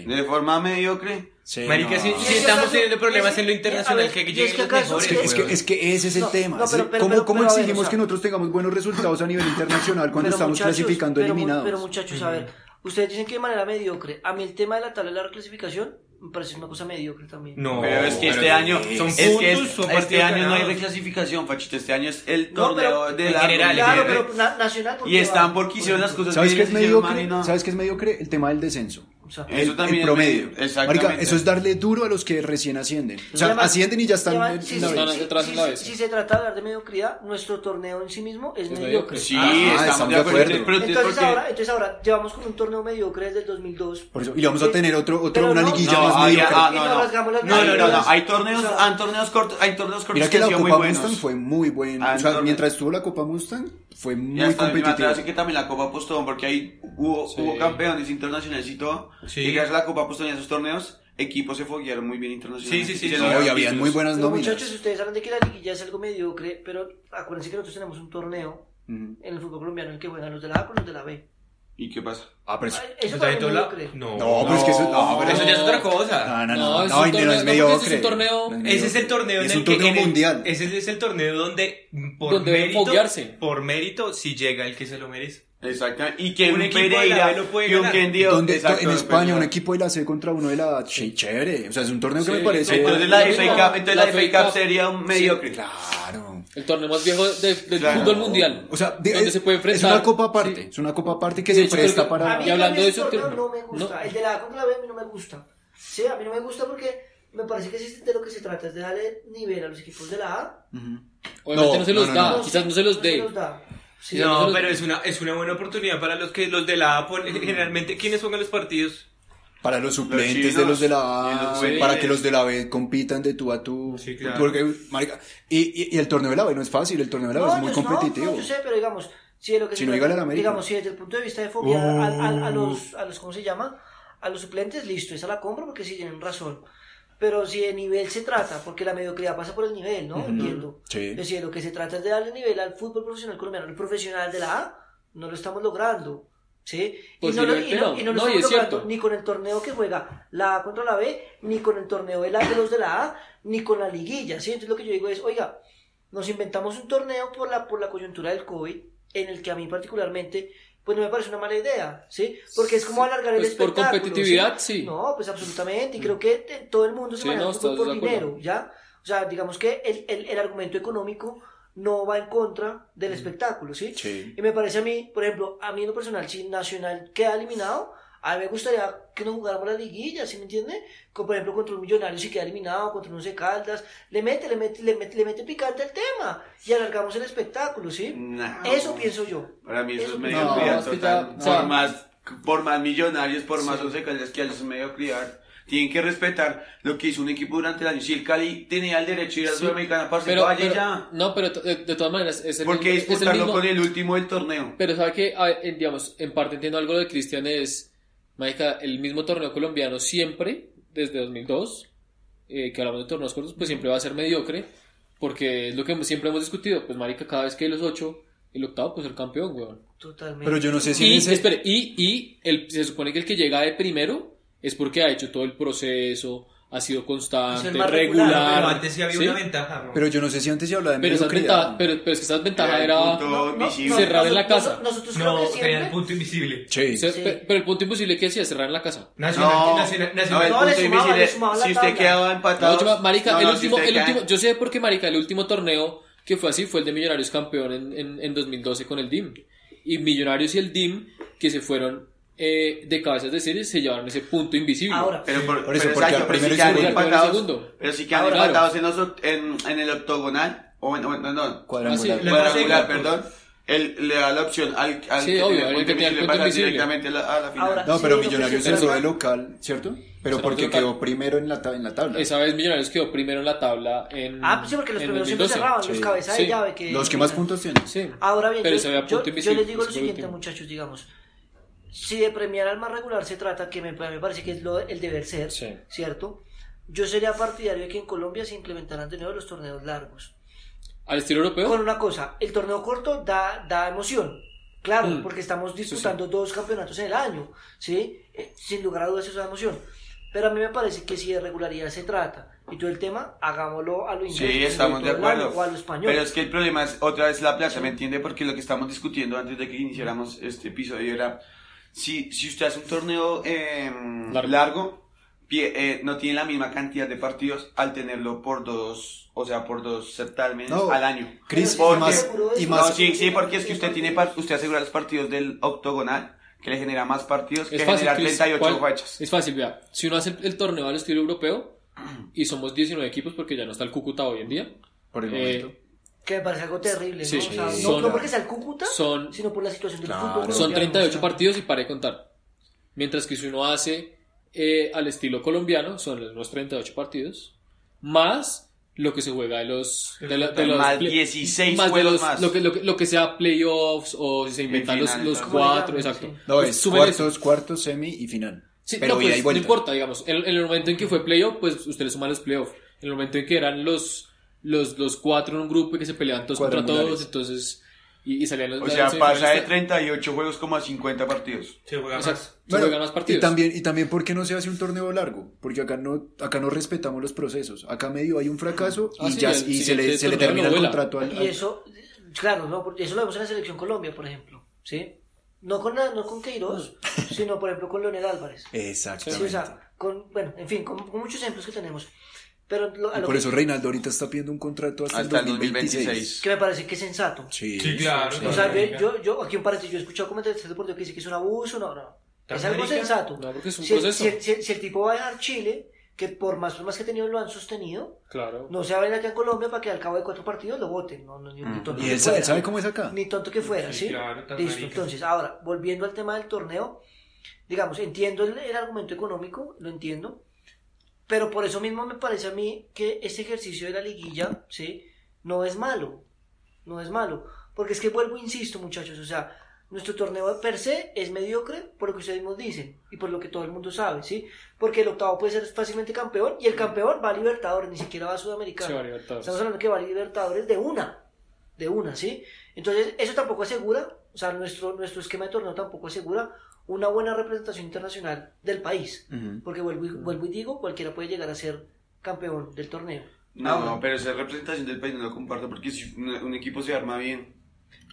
Speaker 6: De forma mediocre.
Speaker 2: sí,
Speaker 4: Marica,
Speaker 2: no.
Speaker 4: si, si
Speaker 5: Y es que
Speaker 4: estamos
Speaker 5: acaso-
Speaker 4: teniendo problemas
Speaker 5: es que-
Speaker 4: en lo
Speaker 5: a
Speaker 4: internacional,
Speaker 5: ver,
Speaker 4: que
Speaker 5: y es
Speaker 4: lleguen
Speaker 5: que
Speaker 4: los
Speaker 5: acaso-
Speaker 4: mejores.
Speaker 5: es
Speaker 2: Es que,
Speaker 4: weón.
Speaker 2: es que ese es el
Speaker 5: No,
Speaker 2: tema.
Speaker 5: no, pero-
Speaker 2: ¿sí?
Speaker 5: pero-
Speaker 2: ¿Cómo,
Speaker 5: pero-
Speaker 2: cómo
Speaker 5: pero a ver,
Speaker 2: exigimos
Speaker 5: o sea-
Speaker 2: que nosotros tengamos buenos resultados a nivel internacional cuando
Speaker 5: Pero
Speaker 2: estamos
Speaker 5: muchachos,
Speaker 2: clasificando
Speaker 5: pero mu-
Speaker 2: eliminados?
Speaker 5: Pero muchachos, a ver, ustedes dicen que de manera mediocre. A mí el tema de la tabla de la reclasificación me parece una cosa mediocre también.
Speaker 4: No,
Speaker 6: Pero es que este
Speaker 4: pero
Speaker 6: año,
Speaker 4: son
Speaker 6: es que
Speaker 4: puntos,
Speaker 6: es-
Speaker 4: son
Speaker 6: este
Speaker 4: partidos
Speaker 6: año no hay
Speaker 4: ganados.
Speaker 6: reclasificación, Fachito. Este año es el
Speaker 5: No, pero-
Speaker 6: torneo de
Speaker 4: en
Speaker 6: la
Speaker 4: general, en
Speaker 5: Claro,
Speaker 4: general.
Speaker 5: pero na- nacional.
Speaker 6: Y están porque
Speaker 5: porque
Speaker 6: hicieron las cosas
Speaker 2: ¿Sabes
Speaker 6: bien,
Speaker 2: qué es
Speaker 6: les hicieron mal
Speaker 2: mediocre?
Speaker 6: y no.
Speaker 2: ¿Sabes qué es mediocre? El tema del descenso.
Speaker 5: O sea,
Speaker 6: Eso
Speaker 2: el,
Speaker 6: también
Speaker 2: el
Speaker 6: es
Speaker 2: promedio.
Speaker 6: medio- exactamente.
Speaker 2: Marica, eso es darle duro a los que recién ascienden. O sea,
Speaker 5: Además,
Speaker 2: ascienden y ya están
Speaker 5: además,
Speaker 2: en
Speaker 5: si-
Speaker 2: la
Speaker 5: si-
Speaker 2: B.
Speaker 3: Están atrás
Speaker 5: si-
Speaker 3: en la B,
Speaker 5: si-
Speaker 3: sí.
Speaker 5: si se trata de hablar de mediocridad, nuestro torneo en sí mismo es,
Speaker 3: Es mediocre.
Speaker 5: mediocre.
Speaker 6: Sí,
Speaker 3: Ah,
Speaker 6: estamos de acuerdo. Pero entonces,
Speaker 5: Entonces
Speaker 6: ¿por qué?
Speaker 5: ahora, entonces ahora llevamos con un torneo mediocre desde el 2002.
Speaker 2: Por eso, y le vamos a
Speaker 5: Entonces,
Speaker 2: tener otro- otro-
Speaker 5: pero
Speaker 2: una
Speaker 5: no,
Speaker 2: liguilla
Speaker 6: No,
Speaker 2: más
Speaker 6: había-
Speaker 2: mediocre.
Speaker 6: ah,
Speaker 5: Y
Speaker 6: no,
Speaker 5: nos rasgamos
Speaker 6: no.
Speaker 5: las
Speaker 6: No, no, no, no.
Speaker 5: nalgas.
Speaker 6: Hay torneos,
Speaker 5: O sea,
Speaker 6: han torneos cortos, hay torneos cortos
Speaker 2: Mira que
Speaker 6: han
Speaker 2: la
Speaker 6: sido muy
Speaker 2: Copa
Speaker 6: buenos.
Speaker 2: Mustang fue muy buena.
Speaker 6: Ah,
Speaker 2: O sea,
Speaker 6: entonces-
Speaker 2: mientras estuvo la Copa Mustang, fue
Speaker 6: Y
Speaker 2: muy
Speaker 6: hasta me atrevo a
Speaker 2: competitiva.
Speaker 6: decir que también la Copa Postón, porque ahí hubo, hubo campeones internacionales y todo.
Speaker 4: Sí.
Speaker 6: Y gracias a la Copa Postón y a esos torneos, equipos se foguearon muy bien internacionalmente.
Speaker 4: Sí, sí, sí,
Speaker 6: Y se
Speaker 4: sí.
Speaker 6: lograron
Speaker 2: No, y habían
Speaker 6: títulos.
Speaker 2: muy buenas
Speaker 5: Pero
Speaker 2: nóminas.
Speaker 5: muchachos, ustedes hablan de que la liguilla es algo mediocre, pero acuérdense que nosotros tenemos un torneo
Speaker 2: Ujú.
Speaker 5: en el fútbol colombiano en el que juegan los de la A con los de la B.
Speaker 6: ¿Y qué pasa?
Speaker 2: Ah, pero eso-
Speaker 5: Ay, Eso
Speaker 4: Está en
Speaker 5: también
Speaker 4: todo
Speaker 5: es
Speaker 4: lado.
Speaker 5: mediocre.
Speaker 4: No,
Speaker 2: No, pero es que eso. No, pero
Speaker 4: Ah, pero eso ya es otra cosa.
Speaker 2: No, no,
Speaker 3: No,
Speaker 2: no.
Speaker 3: es
Speaker 2: No,
Speaker 3: un
Speaker 2: y no
Speaker 3: torneo-
Speaker 2: es
Speaker 3: no, porque ese es un
Speaker 2: mediocre.
Speaker 3: torneo-
Speaker 2: No
Speaker 4: Ese es el torneo
Speaker 2: Y
Speaker 4: en
Speaker 2: es
Speaker 4: el
Speaker 2: un
Speaker 4: que-
Speaker 2: torneo
Speaker 4: en el-
Speaker 2: mundial.
Speaker 4: Ese es el torneo donde por
Speaker 3: Donde deben
Speaker 4: mérito,
Speaker 3: foguearse.
Speaker 4: por mérito, si llega el que se lo merece.
Speaker 6: Exactamente. Y que
Speaker 4: Un
Speaker 6: un,
Speaker 4: equipo de la
Speaker 6: Pereira,
Speaker 4: B lo puede
Speaker 6: que un
Speaker 4: ganar.
Speaker 6: Quindío-
Speaker 2: Donde-
Speaker 6: Exacto,
Speaker 2: en
Speaker 6: lo puede
Speaker 2: España,
Speaker 6: ganar.
Speaker 2: un equipo de la C contra uno de la H. Sí, chévere. O sea, es un torneo que
Speaker 3: Sí,
Speaker 2: me parece.
Speaker 6: Entonces la
Speaker 3: Lo mismo,
Speaker 6: FA Cup, entonces la,
Speaker 3: la
Speaker 6: FA Cup
Speaker 3: FA
Speaker 6: sería un mediocre.
Speaker 2: Claro.
Speaker 3: El torneo más viejo de- del
Speaker 6: Claro.
Speaker 3: fútbol E. mundial.
Speaker 2: O sea, de-
Speaker 3: donde se puede enfrentar.
Speaker 2: es una copa aparte.
Speaker 3: Sí.
Speaker 2: Es una copa aparte que
Speaker 3: De
Speaker 2: se
Speaker 3: hecho,
Speaker 2: presta
Speaker 3: creo que- Ah,
Speaker 5: A
Speaker 2: para.
Speaker 5: mí
Speaker 3: Y hablando de
Speaker 5: ese
Speaker 3: eso,
Speaker 5: torneo
Speaker 3: creo-
Speaker 5: no me gusta.
Speaker 3: no.
Speaker 5: El de la A contra la B a mí no me gusta. Sí, a mí no me gusta porque me parece que sí, de lo que se trata es de darle nivel a los equipos de la A.
Speaker 3: Obviamente no,
Speaker 2: No,
Speaker 3: se los
Speaker 2: no, no,
Speaker 3: da,
Speaker 2: no.
Speaker 3: quizás no se los dé.
Speaker 5: da. Sí,
Speaker 3: no se
Speaker 4: no,
Speaker 3: los-
Speaker 4: pero es una, es una buena oportunidad para los que los de la A
Speaker 6: Mm.
Speaker 4: ponen, generalmente, ¿quiénes juegan los partidos?
Speaker 2: Para los suplentes
Speaker 6: chinos,
Speaker 2: de los de
Speaker 6: y los
Speaker 2: la A,
Speaker 6: juveniles.
Speaker 2: para que los de la B compitan de tú a tú.
Speaker 4: Sí, claro.
Speaker 2: Porque, marica, y, y- y el torneo de la B no es fácil, el torneo de la B
Speaker 5: No,
Speaker 2: es muy
Speaker 5: yo- no,
Speaker 2: competitivo.
Speaker 5: no, yo sé, pero digamos, si de lo que
Speaker 2: Si
Speaker 5: se
Speaker 2: no,
Speaker 5: trata-
Speaker 2: dígale a la América. Oh.
Speaker 5: digamos, si desde el punto de vista de foguear a, a- a los, a los, ¿cómo se llama? A los suplentes, listo, esa la compro porque sí tienen razón. Pero si de nivel se trata, porque la mediocridad pasa por el nivel, ¿no? Entiendo.
Speaker 2: Sí.
Speaker 5: Pero si de lo que se trata es de darle nivel al fútbol profesional colombiano, el profesional de la A, no lo estamos logrando. ¿Sí? Y no, lo, y
Speaker 3: Posiblemente
Speaker 5: no,
Speaker 3: no.
Speaker 5: y no lo
Speaker 3: No, y
Speaker 5: estamos
Speaker 3: es
Speaker 5: logrando
Speaker 3: cierto.
Speaker 5: ni con el torneo que juega la A contra la B, ni con el torneo de, la, de los de la A, ni con la liguilla. ¿sí? Entonces lo que yo digo es, oiga, nos inventamos un torneo por la, por la coyuntura del COVID, en el que a mí particularmente, pues no me parece una mala idea, ¿sí? Porque es como alargar el
Speaker 3: Pues por
Speaker 5: espectáculo.
Speaker 3: competitividad, sí.
Speaker 5: No, pues absolutamente, y creo que te- todo el mundo se
Speaker 3: Sí,
Speaker 5: maneja
Speaker 3: no,
Speaker 5: el fútbol
Speaker 3: estoy
Speaker 5: por
Speaker 3: de acuerdo.
Speaker 5: dinero, ¿ya? O sea, digamos que el, el- el argumento económico no va en contra del espectáculo, ¿sí?
Speaker 2: Sí.
Speaker 5: Y me parece a mí, por ejemplo, a mí en lo personal, si Nacional queda eliminado, a mí me gustaría que nos jugáramos la liguilla, ¿sí me entiende? Como por ejemplo contra un millonario si queda eliminado, contra un Once Caldas, le mete, le mete, le mete, le mete picante al tema y alargamos el espectáculo, ¿sí?
Speaker 6: No.
Speaker 5: Eso pienso yo.
Speaker 6: Para mí eso es
Speaker 5: pienso
Speaker 2: Ah,
Speaker 5: yo.
Speaker 6: mediocridad
Speaker 3: es que
Speaker 6: total.
Speaker 3: ya-
Speaker 6: por,
Speaker 3: o sea-
Speaker 6: más, por más millonarios, por más once caldas que a los mediocridad. Tienen que respetar lo que hizo un equipo durante el año. Si el Cali tenía el derecho de ir a Sudamericana, parce,
Speaker 3: Pero-
Speaker 6: vaya
Speaker 3: pero-
Speaker 6: ya.
Speaker 3: no, pero to- de, de todas maneras, es el
Speaker 6: ¿Por qué
Speaker 3: mismo- es el
Speaker 6: disputarlo
Speaker 3: mismo-
Speaker 6: con el último del torneo?
Speaker 3: Pero sabe que, a- en- digamos, en parte entiendo algo de Cristian es, marica, el mismo torneo colombiano siempre, desde 2002, eh, que hablamos de torneos cortos, pues siempre va a ser mediocre, porque es lo que siempre hemos discutido, pues marica, cada vez que hay los ocho, el octavo pues el campeón, weón.
Speaker 5: Totalmente.
Speaker 2: Pero yo no sé si
Speaker 3: Y,
Speaker 2: en ese-
Speaker 3: espere, y, y el, se supone que el que llega de primero es porque ha hecho todo el proceso, ha sido constante,
Speaker 5: Es el más
Speaker 3: regular.
Speaker 5: regular.
Speaker 4: Pero antes sí había
Speaker 3: ¿sí?
Speaker 4: una ventaja. ¿no?
Speaker 2: Pero yo no sé si antes se hablaba de
Speaker 3: Pero, esas
Speaker 2: mediocridad.
Speaker 3: ventaja- pero, pero es que esa desventaja
Speaker 6: Era el
Speaker 3: era...
Speaker 6: punto
Speaker 3: no,
Speaker 6: invisible.
Speaker 3: cerrado en la
Speaker 5: nosotros-
Speaker 3: casa.
Speaker 5: Nosotros creo
Speaker 4: no,
Speaker 5: que
Speaker 4: tenía el
Speaker 5: siempre...
Speaker 4: punto invisible.
Speaker 2: Sí.
Speaker 3: se-
Speaker 5: Sí.
Speaker 3: pe- Pero el punto imposible que decía cerrar en la casa.
Speaker 4: Nacional,
Speaker 6: No,
Speaker 4: nacional,
Speaker 6: no,
Speaker 4: nacional.
Speaker 6: el
Speaker 5: No,
Speaker 6: punto
Speaker 5: le sumaba,
Speaker 6: invisible,
Speaker 5: le sumaba la
Speaker 6: si usted
Speaker 5: tabla.
Speaker 6: quedaba
Speaker 3: No,
Speaker 6: empatado.
Speaker 3: yo, marica,
Speaker 6: no,
Speaker 3: el
Speaker 6: no, si
Speaker 3: último,
Speaker 6: usted
Speaker 3: el
Speaker 6: queda-
Speaker 3: último, yo sé por qué, marica, el último torneo que fue así fue el de Millonarios campeón en, en, en 2012 con el DIM. Y Millonarios y el DIM, que se fueron eh, de cabezas de series, se llevaron ese punto invisible.
Speaker 5: Ahora,
Speaker 6: Pero por,
Speaker 2: Por eso,
Speaker 6: pero
Speaker 2: porque
Speaker 6: exacto,
Speaker 2: al
Speaker 6: pero
Speaker 2: primero
Speaker 6: si
Speaker 2: y
Speaker 6: quedan
Speaker 2: segundo, Ah,
Speaker 3: al primero y
Speaker 6: empatados,
Speaker 3: segundo.
Speaker 6: pero si quedan
Speaker 3: Ahora,
Speaker 6: empatados en, los oct- en, en el octogonal, o en, o en- no, no,
Speaker 2: Cuadrangular.
Speaker 3: Ah, sí,
Speaker 4: La
Speaker 6: cuadrangular,
Speaker 4: fase de
Speaker 6: perdón, él le da la opción al, al
Speaker 3: Sí,
Speaker 6: que
Speaker 3: obvio,
Speaker 6: tenga
Speaker 3: al
Speaker 6: punto
Speaker 3: que tenga
Speaker 6: invisible
Speaker 3: el punto
Speaker 6: pasar
Speaker 3: invisible.
Speaker 6: directamente a la, a la final.
Speaker 5: Ahora,
Speaker 2: No, pero
Speaker 5: Sí, lo que
Speaker 2: Millonarios
Speaker 5: se
Speaker 2: entró
Speaker 5: trata-
Speaker 2: de local, ¿cierto? Pero
Speaker 3: Se
Speaker 2: porque
Speaker 3: entró de
Speaker 2: quedó primero en la, ta- en la tabla.
Speaker 3: Esa vez Millonarios quedó primero en la tabla en.
Speaker 5: ah, pues sí, porque los
Speaker 3: en
Speaker 5: primeros siempre
Speaker 3: 2012.
Speaker 5: cerraban, los
Speaker 2: Sí.
Speaker 5: cabezas de
Speaker 3: Sí.
Speaker 5: llave que...
Speaker 2: Los que más puntos tienen.
Speaker 3: Sí.
Speaker 5: Ahora bien,
Speaker 3: pero
Speaker 5: yo,
Speaker 3: se había
Speaker 5: yo-
Speaker 3: punto
Speaker 5: yo
Speaker 3: invisible.
Speaker 5: les digo lo
Speaker 3: ese fue el
Speaker 5: siguiente,
Speaker 3: último.
Speaker 5: muchachos, digamos. Si de premiar al más regular se trata, que me, me parece que es lo, el deber ser,
Speaker 3: Sí.
Speaker 5: ¿cierto? Yo sería partidario de que en Colombia se implementaran de nuevo los torneos largos.
Speaker 3: Al estilo europeo.
Speaker 5: Con una cosa, el torneo corto da, da emoción, Claro,
Speaker 6: Mm.
Speaker 5: porque estamos disputando dos campeonatos en el año, ¿sí? Eh, Sin lugar a dudas eso es una emoción. Pero a mí me parece que si de regularidad se trata y todo el tema, hagámoslo a lo inglés.
Speaker 6: Sí, estamos de
Speaker 5: todo el
Speaker 6: acuerdo.
Speaker 5: año, O a lo español.
Speaker 6: Pero es que el problema es otra vez la plaza, ¿me entiende? Porque lo que estamos discutiendo antes de que iniciáramos este episodio era si, si usted hace un torneo eh, largo,
Speaker 3: Largo.
Speaker 6: pie- eh, no tiene la misma cantidad de partidos al tenerlo por dos, o sea, por dos certámenes
Speaker 2: No,
Speaker 6: al año.
Speaker 2: Chris,
Speaker 6: Porque-
Speaker 2: y más- y más-
Speaker 6: No, sí, sí, porque es que usted tiene par- usted asegura los partidos del octogonal que le genera más partidos que
Speaker 3: Es fácil,
Speaker 6: genera
Speaker 3: Chris.
Speaker 6: 38
Speaker 3: ¿Cuál?
Speaker 6: fachas.
Speaker 3: Es fácil, vea. Si uno hace el- el torneo al estilo europeo y somos 19 equipos porque ya no está el Cúcuta hoy en día.
Speaker 2: Por el
Speaker 3: eh,
Speaker 2: momento.
Speaker 5: Que me parece algo terrible,
Speaker 3: Sí,
Speaker 5: ¿no? O sea,
Speaker 3: sí.
Speaker 5: no-
Speaker 3: Son-
Speaker 5: no porque sea el Cúcuta,
Speaker 3: son-
Speaker 5: sino por la situación del
Speaker 2: Claro.
Speaker 5: fútbol.
Speaker 3: Son
Speaker 5: colombiano,
Speaker 3: 38
Speaker 5: o sea.
Speaker 3: partidos y para de contar. Mientras que si uno hace eh, al estilo colombiano, son los 38 partidos, más lo que se juega de los... De la- de los
Speaker 6: Más
Speaker 3: play-
Speaker 6: 16
Speaker 3: de
Speaker 6: juegos
Speaker 3: los-
Speaker 6: más.
Speaker 3: Lo que, lo, que, lo que sea playoffs o si se inventan los,
Speaker 6: final,
Speaker 3: los
Speaker 6: entonces.
Speaker 3: cuatro,
Speaker 5: Bueno,
Speaker 3: exacto.
Speaker 5: sí.
Speaker 2: No,
Speaker 3: Pues
Speaker 2: es
Speaker 3: súmele eso.
Speaker 2: cuartos, cuartos, semi y final.
Speaker 3: Sí,
Speaker 2: pero
Speaker 3: no,
Speaker 2: ida
Speaker 3: pues,
Speaker 2: y
Speaker 3: no
Speaker 2: vuelta.
Speaker 3: importa, digamos. En, en el momento en que fue playoff, pues usted le suma los playoffs. En el momento en que eran los, los, los cuatro en un grupo y que se peleaban todos contra
Speaker 2: Cuadrangulares.
Speaker 3: todos, entonces... Y, y salían los...
Speaker 6: O
Speaker 3: las
Speaker 6: sea, pasa de
Speaker 3: semifinales.
Speaker 6: 38 juegos como a 50 partidos.
Speaker 4: Se juega
Speaker 3: Exacto.
Speaker 4: más.
Speaker 3: Se juegan más partidos.
Speaker 2: Y también, y también, ¿por qué no se hace un torneo largo? Porque acá no, acá no respetamos los procesos. Acá medio hay un fracaso
Speaker 3: Ah,
Speaker 2: y,
Speaker 3: sí,
Speaker 2: ya,
Speaker 3: el
Speaker 2: y se, le,
Speaker 3: siguiente
Speaker 2: se le
Speaker 3: torneo
Speaker 2: termina el
Speaker 3: novela.
Speaker 2: contrato al,
Speaker 5: Y
Speaker 2: al-
Speaker 5: eso, claro, no, porque eso lo vemos en la selección Colombia, por ejemplo, ¿sí? No con, la- no
Speaker 2: *laughs*
Speaker 5: con Queiroz, sino por ejemplo con Leonel Álvarez. Sí,
Speaker 2: Exactamente.
Speaker 5: o sea, con, bueno, en fin, con, con muchos ejemplos que tenemos. Pero lo- a
Speaker 2: Y
Speaker 5: lo
Speaker 2: por
Speaker 5: que,
Speaker 2: eso Reinaldo ahorita está pidiendo un contrato hasta,
Speaker 6: Hasta el
Speaker 2: el 2026.
Speaker 6: 2026.
Speaker 5: que me parece que es sensato.
Speaker 2: Sí,
Speaker 4: Sí, claro.
Speaker 2: sí.
Speaker 5: O sea, yo, yo, yo- aquí en paréntesis, yo he escuchado comentarios deportivos que dicen que es un abuso, no, no. Es algo
Speaker 4: América?
Speaker 5: sensato.
Speaker 3: No, porque es un
Speaker 5: si, el-
Speaker 3: proceso.
Speaker 5: si el- si el- si el tipo va a dejar Chile, que por más problemas que ha tenido lo han sostenido,
Speaker 3: Claro.
Speaker 5: no se va a venir acá en Colombia para que al cabo de cuatro partidos lo voten. No, no, ni, ni tonto
Speaker 2: Mm. Y
Speaker 5: que
Speaker 2: él sabe,
Speaker 5: fuera.
Speaker 2: sabe cómo es acá.
Speaker 5: Ni tonto que fuera,
Speaker 4: Sí,
Speaker 5: ¿sí?
Speaker 4: claro, tan
Speaker 5: Listo,
Speaker 4: marica.
Speaker 5: entonces, ahora, volviendo al tema del torneo, digamos, entiendo el, el argumento económico, lo entiendo, pero por eso mismo me parece a mí que este ejercicio de la liguilla, ¿sí? No es malo, no es malo, porque es que vuelvo, e insisto, muchachos, o sea, nuestro torneo per se es mediocre por lo que ustedes nos dicen y por lo que todo el mundo sabe, ¿sí? Porque el octavo puede ser fácilmente campeón y el campeón va a Libertadores, ni siquiera va a Sudamericano.
Speaker 3: Sí, va a Libertadores.
Speaker 5: Estamos hablando que va a Libertadores de una, de una, ¿sí? Entonces, eso tampoco asegura, o sea, nuestro, nuestro esquema de torneo tampoco asegura una buena representación internacional del país. Porque vuelvo y, vuelvo y digo, cualquiera puede llegar a ser campeón del torneo.
Speaker 6: No, no, pero esa representación del país no lo comparto porque si un un equipo se arma bien.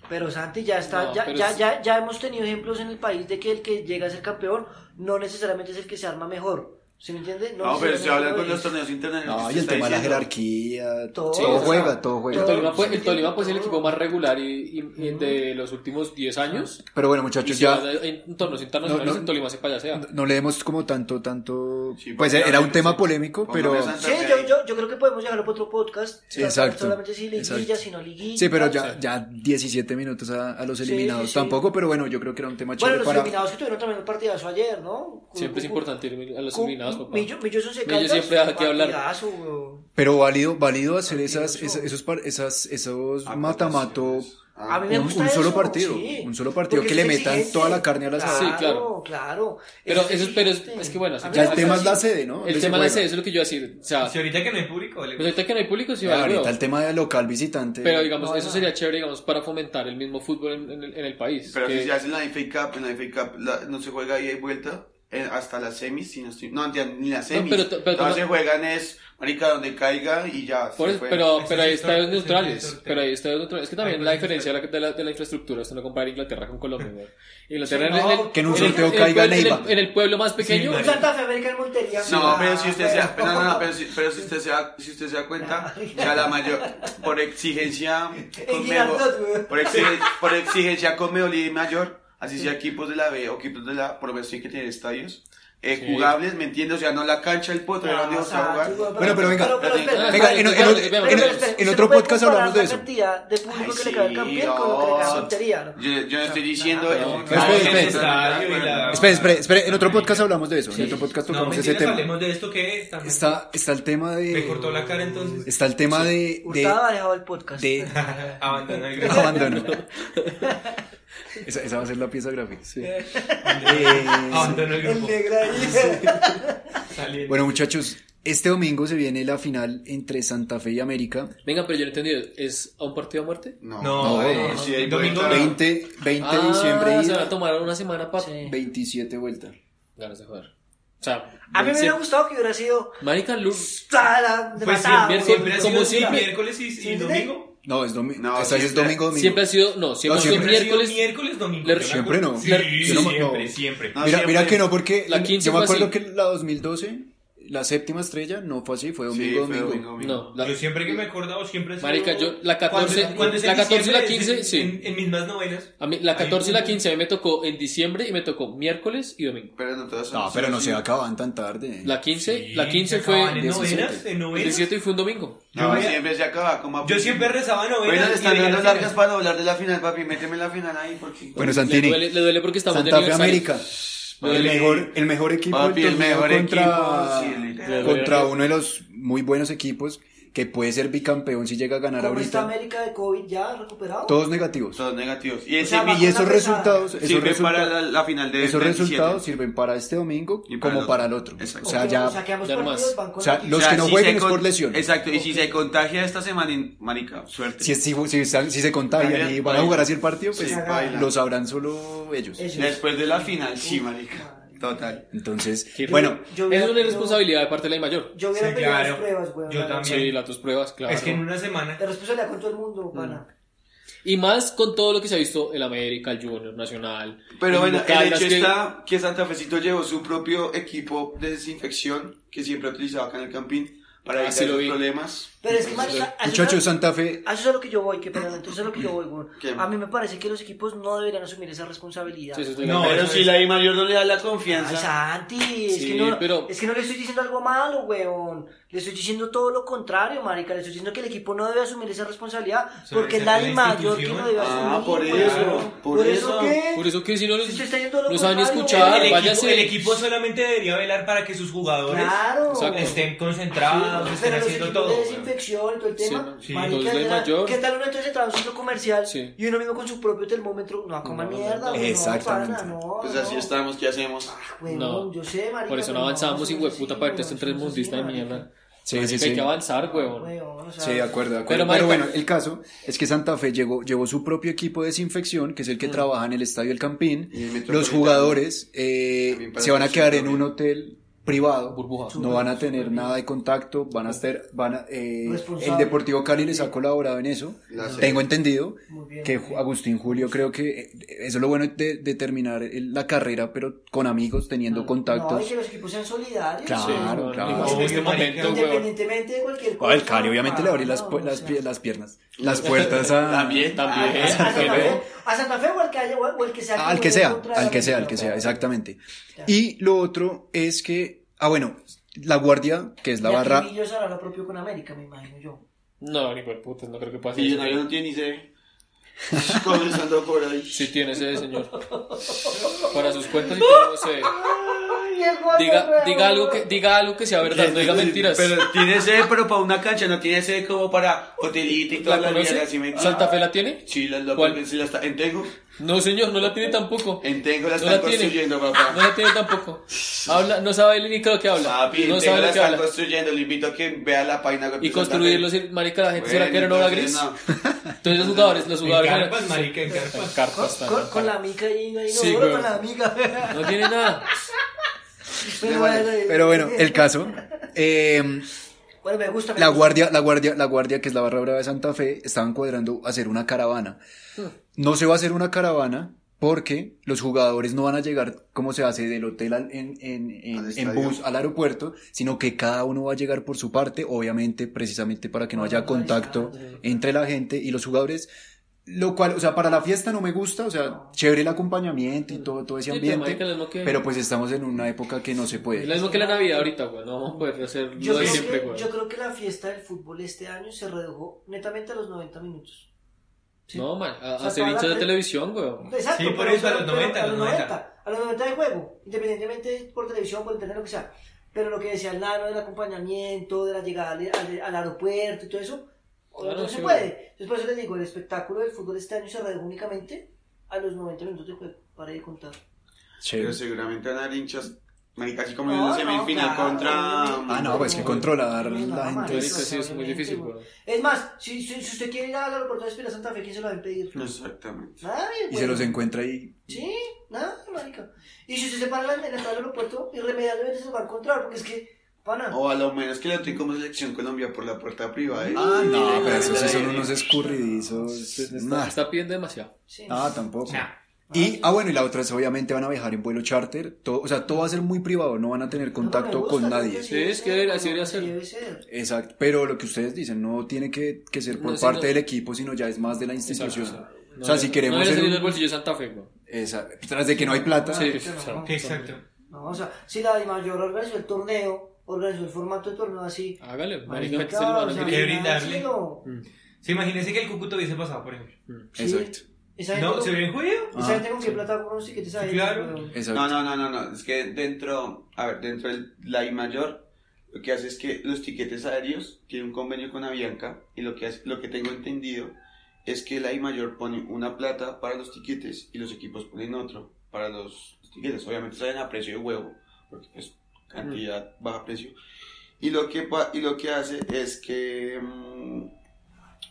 Speaker 5: Pero Santi, ya está,
Speaker 3: No,
Speaker 5: ya,
Speaker 3: pero
Speaker 5: ya,
Speaker 3: es-
Speaker 5: ya, ya hemos tenido ejemplos en el país de que el que llega a ser campeón no necesariamente es el que se arma mejor. ¿Sí me entiende?
Speaker 6: No, pero se hablan con los
Speaker 5: necesariamente
Speaker 6: torneos internacionales.
Speaker 2: No,
Speaker 6: que
Speaker 2: y el
Speaker 6: usted
Speaker 2: tema de
Speaker 6: está
Speaker 2: la
Speaker 6: diciendo.
Speaker 2: jerarquía. Todo,
Speaker 5: Todo,
Speaker 3: o sea,
Speaker 2: juega, todo
Speaker 3: El
Speaker 2: juega.
Speaker 5: todo.
Speaker 3: Tolima, puede, el Tolima puede ser el
Speaker 5: Todo.
Speaker 3: equipo más regular y, y- y de los últimos 10 años.
Speaker 2: Pero bueno,
Speaker 3: Y
Speaker 2: muchachos,
Speaker 3: si
Speaker 2: ya
Speaker 3: va en torneos internacionales,
Speaker 2: No, no.
Speaker 3: el Tolima se payasea.
Speaker 2: no le demos como tanto, tanto.
Speaker 6: Sí,
Speaker 2: pues
Speaker 6: porque
Speaker 2: era un
Speaker 6: obviamente
Speaker 2: tema
Speaker 6: sí.
Speaker 2: polémico, pero.
Speaker 6: Póngame Santa
Speaker 5: Sí,
Speaker 6: Fe
Speaker 5: yo,
Speaker 6: ahí.
Speaker 5: yo, yo creo que podemos dejarlo para otro podcast. tratar
Speaker 2: Exacto,
Speaker 5: Solamente si liguilla,
Speaker 2: exacto.
Speaker 5: si no liguilla.
Speaker 2: Sí, pero ya, ya 17 minutos a, a los
Speaker 5: Sí,
Speaker 2: eliminados.
Speaker 5: sí.
Speaker 2: Tampoco, pero bueno, yo creo que era un tema
Speaker 5: Bueno,
Speaker 2: chévere
Speaker 5: los
Speaker 2: para.
Speaker 5: eliminados que tuvieron también un partidazo ayer, ¿no?
Speaker 3: Siempre es
Speaker 5: Cu- cu-
Speaker 3: importante ir a los
Speaker 5: Cu-
Speaker 3: eliminados, papá.
Speaker 5: Millo, Millo Sunce
Speaker 3: Millo
Speaker 5: Caldas,
Speaker 3: siempre da que hablar.
Speaker 5: partidazo, weón.
Speaker 2: Pero válido, válido hacer esas,
Speaker 5: Partidazo.
Speaker 2: esa- esos, par- esas, esos matamato.
Speaker 5: A mí me
Speaker 2: Un-
Speaker 5: gusta
Speaker 2: un solo
Speaker 5: eso,
Speaker 2: partido,
Speaker 5: sí.
Speaker 2: un solo partido,
Speaker 5: Porque
Speaker 2: que
Speaker 5: eso
Speaker 2: le
Speaker 5: es
Speaker 2: metan
Speaker 5: exigente.
Speaker 2: toda la carne al asado.
Speaker 3: Sí, claro.
Speaker 5: claro.
Speaker 3: Pero
Speaker 5: es
Speaker 3: eso es- pero es-
Speaker 5: exigente.
Speaker 3: es que bueno,
Speaker 5: A mí
Speaker 3: ya
Speaker 5: me
Speaker 3: el
Speaker 2: El tema es
Speaker 5: parece
Speaker 2: la
Speaker 5: así.
Speaker 2: sede, ¿no?
Speaker 3: El
Speaker 2: Donde
Speaker 3: tema
Speaker 2: se
Speaker 3: de la
Speaker 2: juega.
Speaker 3: sede es lo que yo iba a decir. O sea,
Speaker 4: Si ahorita que no hay público, le-
Speaker 3: pues ahorita que no hay público, sí
Speaker 2: Ah,
Speaker 3: va al huevo.
Speaker 2: Ahorita el tema de local visitante.
Speaker 3: Pero digamos,
Speaker 5: No,
Speaker 3: eso
Speaker 5: no.
Speaker 3: sería chévere, digamos, para fomentar el mismo fútbol en, en el, en el país.
Speaker 6: Pero
Speaker 3: que-
Speaker 6: si se hace en la FA Cup, en la FA Cup la- no se juega ida y vuelta eh, hasta las semis. Si no, estoy- no, ni- ni las
Speaker 3: No,
Speaker 6: semis.
Speaker 3: pero to- pero
Speaker 6: Todas
Speaker 3: toma-
Speaker 6: se juegan es, marica, donde caiga y ya. se
Speaker 3: Por eso-
Speaker 6: fue.
Speaker 3: pero,
Speaker 4: Ese
Speaker 3: pero hay
Speaker 4: sí está-
Speaker 3: estadios
Speaker 4: ese sí
Speaker 3: neutrales.
Speaker 4: está-
Speaker 3: pero hay estadios neutrales. Es que también
Speaker 4: Ah,
Speaker 3: la
Speaker 4: pues,
Speaker 3: diferencia de la, de la, de la infraestructura. Usted no compara Inglaterra con Colombia. güey. Inglaterra
Speaker 5: Sí,
Speaker 3: en,
Speaker 5: no,
Speaker 3: el,
Speaker 2: que en un
Speaker 3: el-
Speaker 2: sorteo
Speaker 3: el
Speaker 2: caiga
Speaker 3: pueblo- en el-
Speaker 2: Neiva.
Speaker 3: en el pueblo más pequeño.
Speaker 5: Un Santa Fe América en Montería.
Speaker 6: No,
Speaker 5: Ah,
Speaker 6: pero si usted se da,
Speaker 5: bueno.
Speaker 6: no, no, no, pero si, pero si usted se da, si usted se da cuenta, o sea, la mayor, por exigencia, Conmebol-
Speaker 5: Girardot, güey.
Speaker 6: por, exige- por exigencia Conmebol y mayor, así sea equipos de la B o equipos de la, por lo menos tienen que tener estadios, eh, jugables, ¿me entiendes? O sea, no la cancha, el potro,
Speaker 5: Ah,
Speaker 6: donde vas a
Speaker 5: Santi,
Speaker 6: jugar.
Speaker 5: weón,
Speaker 2: Bueno, pero venga,
Speaker 6: venga,
Speaker 5: espera,
Speaker 3: venga,
Speaker 5: espera,
Speaker 3: en- en-
Speaker 5: espera,
Speaker 3: en-
Speaker 5: espera,
Speaker 3: en-
Speaker 5: espera, espera.
Speaker 2: en
Speaker 5: ¿Se
Speaker 2: otro
Speaker 5: puede
Speaker 2: podcast
Speaker 5: comparar
Speaker 2: hablamos de
Speaker 5: la
Speaker 2: eso?
Speaker 5: cantidad de público que le cae al campeón
Speaker 6: no.
Speaker 5: con lo que le cae al Montería? ¿no?
Speaker 6: Yo, yo no estoy diciendo.
Speaker 2: no, espere, espere.
Speaker 6: Ah,
Speaker 2: Espera, espera, espera, en otro podcast hablamos de eso. En otro podcast
Speaker 4: No,
Speaker 2: tocamos ese
Speaker 4: mentiras,
Speaker 2: tema.
Speaker 4: hablemos de esto que es. también.
Speaker 2: Está, está el tema de.
Speaker 4: Me cortó la cara entonces.
Speaker 2: Está el tema de. de-
Speaker 5: Hurtado ha dejado el podcast.
Speaker 2: de *laughs*
Speaker 4: Abandona el grupo.
Speaker 2: abandono. Esa, esa va a ser la pieza gráfica. Eh,
Speaker 4: Abandona el
Speaker 5: El
Speaker 4: grupo. *laughs*
Speaker 5: negro ahí.
Speaker 4: Saliendo.
Speaker 2: bueno, muchachos, Este domingo se viene la final entre Santa Fe y América.
Speaker 3: Venga, pero yo no entendí, ¿es a un partido a muerte?
Speaker 6: No,
Speaker 4: No,
Speaker 6: eh,
Speaker 4: no,
Speaker 6: sí, hay
Speaker 4: domingo
Speaker 6: vuelta.
Speaker 2: 20, 20 de
Speaker 3: Ah,
Speaker 2: diciembre
Speaker 3: se van a
Speaker 2: ida,
Speaker 3: tomar una semana para...
Speaker 2: 27 vuelta.
Speaker 3: Ganas de joder. O sea...
Speaker 5: A mí me hubiera
Speaker 3: siempre-
Speaker 5: gustado que hubiera sido.
Speaker 3: Marica, Luz...
Speaker 5: ¡Sala! De
Speaker 4: Pues
Speaker 5: matada,
Speaker 4: siempre,
Speaker 5: güey.
Speaker 4: siempre ha
Speaker 3: como
Speaker 4: sido así,
Speaker 3: siempre.
Speaker 4: miércoles y, y
Speaker 5: sí, sí.
Speaker 4: domingo.
Speaker 2: No, es domingo.
Speaker 6: No,
Speaker 2: No, esta vez es
Speaker 6: siempre-
Speaker 2: domingo, domingo.
Speaker 3: Siempre ha sido, no,
Speaker 2: No,
Speaker 3: siempre ha sido
Speaker 2: siempre
Speaker 4: Siempre ha sido
Speaker 3: miércoles.
Speaker 4: miércoles, domingo.
Speaker 3: Le-
Speaker 4: yo me
Speaker 2: siempre
Speaker 4: acuerdo.
Speaker 2: no.
Speaker 4: Sí,
Speaker 2: Yo
Speaker 4: siempre,
Speaker 2: no me-
Speaker 4: siempre,
Speaker 2: no. mira, mira que no, porque
Speaker 3: La 15
Speaker 2: yo me
Speaker 3: fue
Speaker 2: acuerdo
Speaker 3: así.
Speaker 2: que la 2012, la séptima estrella, no fue así, fue domingo,
Speaker 6: Sí, fue
Speaker 2: domingo.
Speaker 6: domingo, domingo.
Speaker 3: No, la-
Speaker 4: Yo siempre que me he acordado, siempre ha sido-
Speaker 3: Marica, yo- la 14
Speaker 4: Cuando- cuando es en
Speaker 3: la 14 y la
Speaker 4: diciembre,
Speaker 3: 15,
Speaker 4: es-
Speaker 3: sí.
Speaker 4: Pues, En, en mis más novenas.
Speaker 3: a mí, la
Speaker 4: Ahí
Speaker 3: 14 y
Speaker 4: fue-
Speaker 3: la 15 a mí me tocó en diciembre y me tocó miércoles y domingo.
Speaker 6: Pero no todas son-
Speaker 2: No, pero no
Speaker 6: son-
Speaker 2: se acaban tan tarde.
Speaker 3: La 15,
Speaker 4: Sí,
Speaker 3: la 15
Speaker 4: se
Speaker 3: fue
Speaker 4: acababan en
Speaker 2: 17.
Speaker 4: novenas, en
Speaker 3: el
Speaker 4: novenas.
Speaker 3: 17 y fue un domingo.
Speaker 6: No,
Speaker 4: Yo-
Speaker 6: siempre se acaba como a-
Speaker 4: Yo siempre rezaba novenas.
Speaker 6: Bueno,
Speaker 4: y
Speaker 6: le están
Speaker 4: llegué
Speaker 6: dando
Speaker 4: al
Speaker 6: largas
Speaker 4: final.
Speaker 6: para hablar de la final, papi. Méteme la final ahí porque.
Speaker 2: Bueno,
Speaker 3: Le
Speaker 2: Santini,
Speaker 3: duele, le duele porque estamos de
Speaker 2: Santa Fe
Speaker 3: aniversario.
Speaker 2: América. El mejor, el mejor equipo del
Speaker 6: Papi, el
Speaker 2: torneo
Speaker 6: mejor
Speaker 2: contra,
Speaker 6: equipo, sí, literal.
Speaker 2: contra uno de los muy buenos equipos que puede ser bicampeón si llega a ganar
Speaker 5: ¿Cómo está
Speaker 2: ahorita.
Speaker 5: América de COVID ya recuperado?
Speaker 2: Todos negativos.
Speaker 6: Son negativos. Y ese
Speaker 5: sea,
Speaker 6: mismo
Speaker 2: Y esos
Speaker 5: Una pesada.
Speaker 2: resultados, esos
Speaker 6: sirve
Speaker 2: resulta-
Speaker 6: para la, la final de.
Speaker 2: esos
Speaker 6: 27.
Speaker 2: resultados sirven para este domingo
Speaker 6: Y para el
Speaker 2: como
Speaker 6: otro.
Speaker 2: para el otro.
Speaker 6: Exacto.
Speaker 2: O sea,
Speaker 5: Ok,
Speaker 2: ya
Speaker 5: O sea, que ambos
Speaker 3: ya
Speaker 5: partidos
Speaker 3: más.
Speaker 5: van con
Speaker 2: O sea,
Speaker 5: la-
Speaker 2: los- que no
Speaker 6: se
Speaker 2: jueguen es
Speaker 6: con-
Speaker 2: por lesión.
Speaker 6: Exacto. Y si se contagia esta semana, en- marica, suerte.
Speaker 2: si, si, si- si se contagian y van a jugar así el partido, pues
Speaker 6: Sí, baila.
Speaker 2: lo sabrán solo ellos.
Speaker 5: Ellos.
Speaker 6: Después de la final, sí, marica. Total.
Speaker 2: Entonces,
Speaker 3: Sí,
Speaker 2: bueno,
Speaker 5: Yo
Speaker 3: es
Speaker 5: hubiera-
Speaker 3: una irresponsabilidad de parte de la mayor.
Speaker 5: Yo hubiera
Speaker 4: Sí,
Speaker 5: pedido
Speaker 4: claro.
Speaker 5: las pruebas, güey.
Speaker 4: Yo
Speaker 5: la-
Speaker 4: también.
Speaker 3: Sí, las dos pruebas, claro.
Speaker 4: Es que en una semana.
Speaker 5: La responsabilidad con todo el mundo, pana.
Speaker 3: Y más con todo lo que se ha visto el América, el Junior, Nacional.
Speaker 6: Pero
Speaker 3: el
Speaker 6: bueno, el
Speaker 3: Caldas,
Speaker 6: hecho
Speaker 3: que-
Speaker 6: está que Santa Fecito llevó su propio equipo de desinfección que siempre utilizaba acá en el campín para
Speaker 3: Ah,
Speaker 6: evitar
Speaker 3: sí lo
Speaker 6: los
Speaker 3: vi.
Speaker 6: problemas.
Speaker 5: Pero es que, marica, a eso-
Speaker 2: muchachos, Santa Fe,
Speaker 5: a Ah, eso es a lo que yo voy, que perdón, entonces es a lo que yo voy, güey.
Speaker 6: ¿Qué?
Speaker 5: A mí me parece que los equipos no deberían asumir esa responsabilidad.
Speaker 3: Sí, eso estoy de
Speaker 4: No,
Speaker 3: acuerdo.
Speaker 4: pero si la
Speaker 6: I mayor no le da la
Speaker 5: Ay,
Speaker 6: confianza.
Speaker 5: Santi, es,
Speaker 3: Sí,
Speaker 5: que no,
Speaker 3: pero-
Speaker 5: es que no le estoy diciendo algo malo, weón. Le estoy diciendo todo lo contrario, marica. Le estoy diciendo que el equipo no debe asumir esa responsabilidad
Speaker 4: sea,
Speaker 5: porque es
Speaker 4: esa
Speaker 5: la
Speaker 4: es la
Speaker 5: mayor que no
Speaker 4: institución.
Speaker 5: debe asumir.
Speaker 6: Ah, por
Speaker 5: weón.
Speaker 6: eso, por eso.
Speaker 5: qué?
Speaker 3: Por eso que si no los,
Speaker 5: Se está yendo lo
Speaker 3: no saben
Speaker 5: contrario.
Speaker 3: escuchar,
Speaker 4: el, equipo,
Speaker 3: váyase.
Speaker 4: el equipo solamente debería velar para que sus jugadores
Speaker 5: Claro.
Speaker 3: Exacto.
Speaker 4: estén
Speaker 5: Ah,
Speaker 4: concentrados, estén
Speaker 5: pero los
Speaker 4: haciendo
Speaker 5: equipos
Speaker 4: todo.
Speaker 5: de
Speaker 4: weón.
Speaker 5: desinfección y todo el tema.
Speaker 3: Sí,
Speaker 5: marica,
Speaker 3: entonces la
Speaker 5: ya,
Speaker 3: mayor-
Speaker 5: ¿Qué tal uno entonces entraba a un centro comercial
Speaker 3: Sí.
Speaker 5: y uno mismo con su propio termómetro? No, a comer
Speaker 3: No, no,
Speaker 5: mierda,
Speaker 3: no.
Speaker 5: weón,
Speaker 2: Exactamente.
Speaker 5: pana, no,
Speaker 6: Pues
Speaker 5: no.
Speaker 6: así estamos, ¿qué hacemos?
Speaker 5: Weón,
Speaker 3: No.
Speaker 5: yo sé, marica.
Speaker 3: Por eso no
Speaker 5: pero
Speaker 3: avanzamos,
Speaker 5: somos
Speaker 3: hijo de puta,
Speaker 5: así,
Speaker 3: para este
Speaker 5: weón,
Speaker 3: tren
Speaker 5: somos así,
Speaker 3: mundista de
Speaker 5: marica.
Speaker 3: mierda.
Speaker 2: Sí,
Speaker 3: Marica,
Speaker 2: sí, sí.
Speaker 3: Hay que avanzar, huevón.
Speaker 5: Weón, o sea,
Speaker 2: Sí, de acuerdo, de acuerdo.
Speaker 3: Pero,
Speaker 2: Pero,
Speaker 3: marica-
Speaker 2: bueno, el caso es que Santa Fe llegó, llevó su propio equipo de desinfección, que es el
Speaker 5: Mm.
Speaker 2: que trabaja en el Estadio El Campín.
Speaker 6: Y el Metropolitano.
Speaker 2: Los jugadores eh,
Speaker 6: También para
Speaker 2: se van a
Speaker 6: hacer
Speaker 2: quedar
Speaker 6: su
Speaker 2: en un hotel privado,
Speaker 3: Burbuja.
Speaker 2: no van a tener nada de contacto, van a estar, van a, eh, el
Speaker 5: Responsable.
Speaker 2: Deportivo Cali les ha colaborado en eso, tengo entendido
Speaker 5: Muy bien,
Speaker 2: que
Speaker 5: muy
Speaker 2: Ju- Agustín Julio creo que eh, eso es lo bueno de, de terminar el- la carrera, pero con amigos, teniendo
Speaker 5: Ah, No,
Speaker 2: contactos.
Speaker 5: y que los equipos sean solidarios.
Speaker 3: Sí,
Speaker 2: Claro,
Speaker 3: no,
Speaker 2: claro.
Speaker 3: En este
Speaker 4: Obvio, marica.
Speaker 3: momento, huevón.
Speaker 5: Independientemente de cualquier
Speaker 2: Ah, el Cali obviamente le abrí las,
Speaker 5: no,
Speaker 2: pu-
Speaker 5: o
Speaker 2: las,
Speaker 5: sea.
Speaker 2: pie- las piernas, las puertas a...
Speaker 6: También. ah,
Speaker 5: A,
Speaker 3: También.
Speaker 5: a Santa
Speaker 3: pero-
Speaker 5: Fe, a Santa Fe o al, Cali, o al- o al que sea.
Speaker 2: Ah, al
Speaker 5: juegue
Speaker 2: que sea,
Speaker 5: contra
Speaker 2: al
Speaker 5: la
Speaker 2: que sea, al
Speaker 5: América,
Speaker 2: que sea,
Speaker 5: o
Speaker 2: exactamente. Y lo otro es que, ah, bueno, la guardia, que es la
Speaker 5: Y aquí
Speaker 2: barra,
Speaker 5: Millos hará lo propio con América, me imagino yo.
Speaker 3: *laughs* No, ni por putas, no creo que pase. eso.
Speaker 6: Millonario no tiene ni sede. *laughs* Comenzando por ahí.
Speaker 3: Sí tiene sede, señor. Para sus cuentas y todo, no sé. Diga, diga, algo que, diga algo que sea verdad, no diga mentiras.
Speaker 6: Pero tiene sede, pero para una cancha, no tiene sede como para hotelito y toda
Speaker 3: ¿La
Speaker 6: la mierda.
Speaker 3: conoce?
Speaker 6: así me-
Speaker 3: ¿Santa Fe la tiene?
Speaker 6: Sí, la, la,
Speaker 3: ¿Cuál?
Speaker 6: sí la está, en Tengo,
Speaker 3: No, señor, no la tiene tampoco.
Speaker 6: en Tengo la
Speaker 3: No
Speaker 6: están
Speaker 3: la tiene. Ah,
Speaker 6: construyendo,
Speaker 3: No
Speaker 6: papá.
Speaker 3: la tiene tampoco. Habla, no sabe ni creo que habla.
Speaker 6: Papi, en
Speaker 3: No
Speaker 6: Tengo
Speaker 3: sabe
Speaker 6: la
Speaker 3: lo que
Speaker 6: están
Speaker 3: habla.
Speaker 6: construyendo, le invito a que vea la página web.
Speaker 3: Y
Speaker 6: de Santa Fe.
Speaker 3: construirlos, y, marica, la gente
Speaker 6: Bueno,
Speaker 3: será que era en obra gris.
Speaker 6: entonces,
Speaker 3: Entonces los jugadores, los
Speaker 4: En
Speaker 3: jugadores.
Speaker 4: carpas, marica, en carpas.
Speaker 3: En carpas,
Speaker 5: Con,
Speaker 3: tan-
Speaker 5: con la mica y no, y no
Speaker 3: Sí,
Speaker 5: duro
Speaker 3: güey.
Speaker 5: con la mica.
Speaker 3: No tiene nada.
Speaker 5: Pero bueno,
Speaker 2: pero bueno, el *laughs* caso, eh,
Speaker 5: Bueno, me gusta. me
Speaker 2: la
Speaker 5: gusta.
Speaker 2: guardia, la guardia, la guardia, que es la barra brava de Santa Fe, estaban cuadrando hacer una caravana.
Speaker 3: Mm.
Speaker 2: No se va a hacer una caravana porque los jugadores no van a llegar como se hace del hotel al- en, en- en-
Speaker 6: Al
Speaker 2: en
Speaker 6: estadio.
Speaker 2: bus al aeropuerto, sino que cada uno va a llegar por su parte, obviamente, precisamente para que no haya contacto entre la gente y los jugadores. Lo cual, o sea, para la fiesta no me gusta, o sea, chévere el acompañamiento y todo, todo ese
Speaker 3: Sí, pero
Speaker 2: ambiente,
Speaker 3: marica, lo que-
Speaker 2: pero pues estamos en una época que no se
Speaker 3: Es lo
Speaker 2: puede.
Speaker 3: mismo que la Navidad ahorita, güey. No vamos a poder hacer
Speaker 5: Yo,
Speaker 3: lo de
Speaker 5: creo
Speaker 3: siempre,
Speaker 5: que,
Speaker 3: güey.
Speaker 5: yo creo que la fiesta del fútbol este año se redujo netamente a los 90 minutos. sí.
Speaker 3: No, man. A,
Speaker 5: O sea,
Speaker 3: hacer
Speaker 5: para
Speaker 3: hinchas de
Speaker 5: la-
Speaker 3: televisión, güey.
Speaker 5: Exacto,
Speaker 4: Sí, por
Speaker 5: pero-
Speaker 4: eso, a los
Speaker 5: pero-
Speaker 4: 90,
Speaker 5: a los
Speaker 4: a los 90.
Speaker 5: 90, a los 90 de juego, independientemente por televisión, por internet, lo que sea. Pero lo que decía el nano del acompañamiento, de la llegada al, al- al aeropuerto y todo eso,
Speaker 3: Claro,
Speaker 5: no
Speaker 3: sí,
Speaker 5: se
Speaker 3: güey.
Speaker 5: puede. Entonces, por eso les digo, el espectáculo del fútbol este año se redujo únicamente a los 90 minutos de juego, para de contar.
Speaker 2: Chévere.
Speaker 6: Pero seguramente van a haber hinchas Marica, así como en la semifinal contra.
Speaker 2: Ah, no, pues que controlar la gente
Speaker 3: Marica, sí, es muy difícil, weón.
Speaker 5: Es más, si, si, si usted quiere ir al aeropuerto de Espera Santa Fe, ¿quién se lo va a impedir?
Speaker 6: Exactamente.
Speaker 5: Nadie,
Speaker 2: y se los
Speaker 5: weón.
Speaker 2: encuentra ahí.
Speaker 5: Sí, nada, marica. Y si usted se para en la entrada del aeropuerto, irremediablemente se lo va a encontrar, porque es que, pana,
Speaker 6: O a lo menos que le entren como selección Colombia por la puerta privada. ¿eh?
Speaker 2: Ah, no, pero esos sí son unos escurridizos. Nah.
Speaker 3: Pues, Está pidiendo demasiado.
Speaker 5: sí.
Speaker 2: Ah, tampoco. Y, ah, bueno, y la otra es obviamente van a viajar en vuelo charter. Todo, o sea, todo va a ser muy privado, no van a tener contacto
Speaker 5: No me gusta,
Speaker 2: con
Speaker 5: creo
Speaker 2: nadie.
Speaker 5: así
Speaker 3: Sí,
Speaker 5: debe
Speaker 3: es que
Speaker 5: ser,
Speaker 3: así debería
Speaker 5: así
Speaker 3: ser.
Speaker 5: debe ser.
Speaker 2: Exacto. Pero lo que ustedes dicen no tiene que, que ser por
Speaker 3: No,
Speaker 2: parte
Speaker 3: sino-
Speaker 2: del equipo, sino ya es más de la institución.
Speaker 3: Exacto.
Speaker 2: o sea, si
Speaker 3: No,
Speaker 2: queremos
Speaker 3: No le
Speaker 2: ser
Speaker 3: salió
Speaker 2: un- Ah,
Speaker 3: del bolsillo de Santa Fe, weón.
Speaker 2: Esa- tras de que no hay plata.
Speaker 3: Sí,
Speaker 5: Pero
Speaker 3: o sea,
Speaker 5: no.
Speaker 4: Exacto.
Speaker 5: No, o sea, si la DIMAYOR organizó el torneo, organizó el formato de torneo así.
Speaker 3: Hágale, marica,
Speaker 5: marica,
Speaker 3: que se lo van a
Speaker 5: o sea,
Speaker 3: abrir.
Speaker 4: que brindarle. Mm.
Speaker 5: chido.
Speaker 4: Sí, imagínense que el Cucuto hubiese pasado, por ejemplo.
Speaker 5: Sí.
Speaker 2: Exacto.
Speaker 5: Esa gente
Speaker 4: ¿No?
Speaker 5: con-
Speaker 4: ¿Se hubiera jodido?
Speaker 5: Esa gente con qué plata compra unos tiquetes ahí.
Speaker 4: claro.
Speaker 5: weón.
Speaker 2: Exacto.
Speaker 6: No, no, no, no, no. Es que dentro, a ver, dentro de la I mayor, lo que hace es que los tiquetes aéreos tienen un convenio con Avianca y lo que, hace- lo que tengo entendido es que la I mayor pone una plata para los tiquetes y los equipos ponen otro para los tiquetes. Obviamente salen a precio de huevo, porque pues cantidad, baja precio. Y lo que, pa- y lo que hace es que... mm,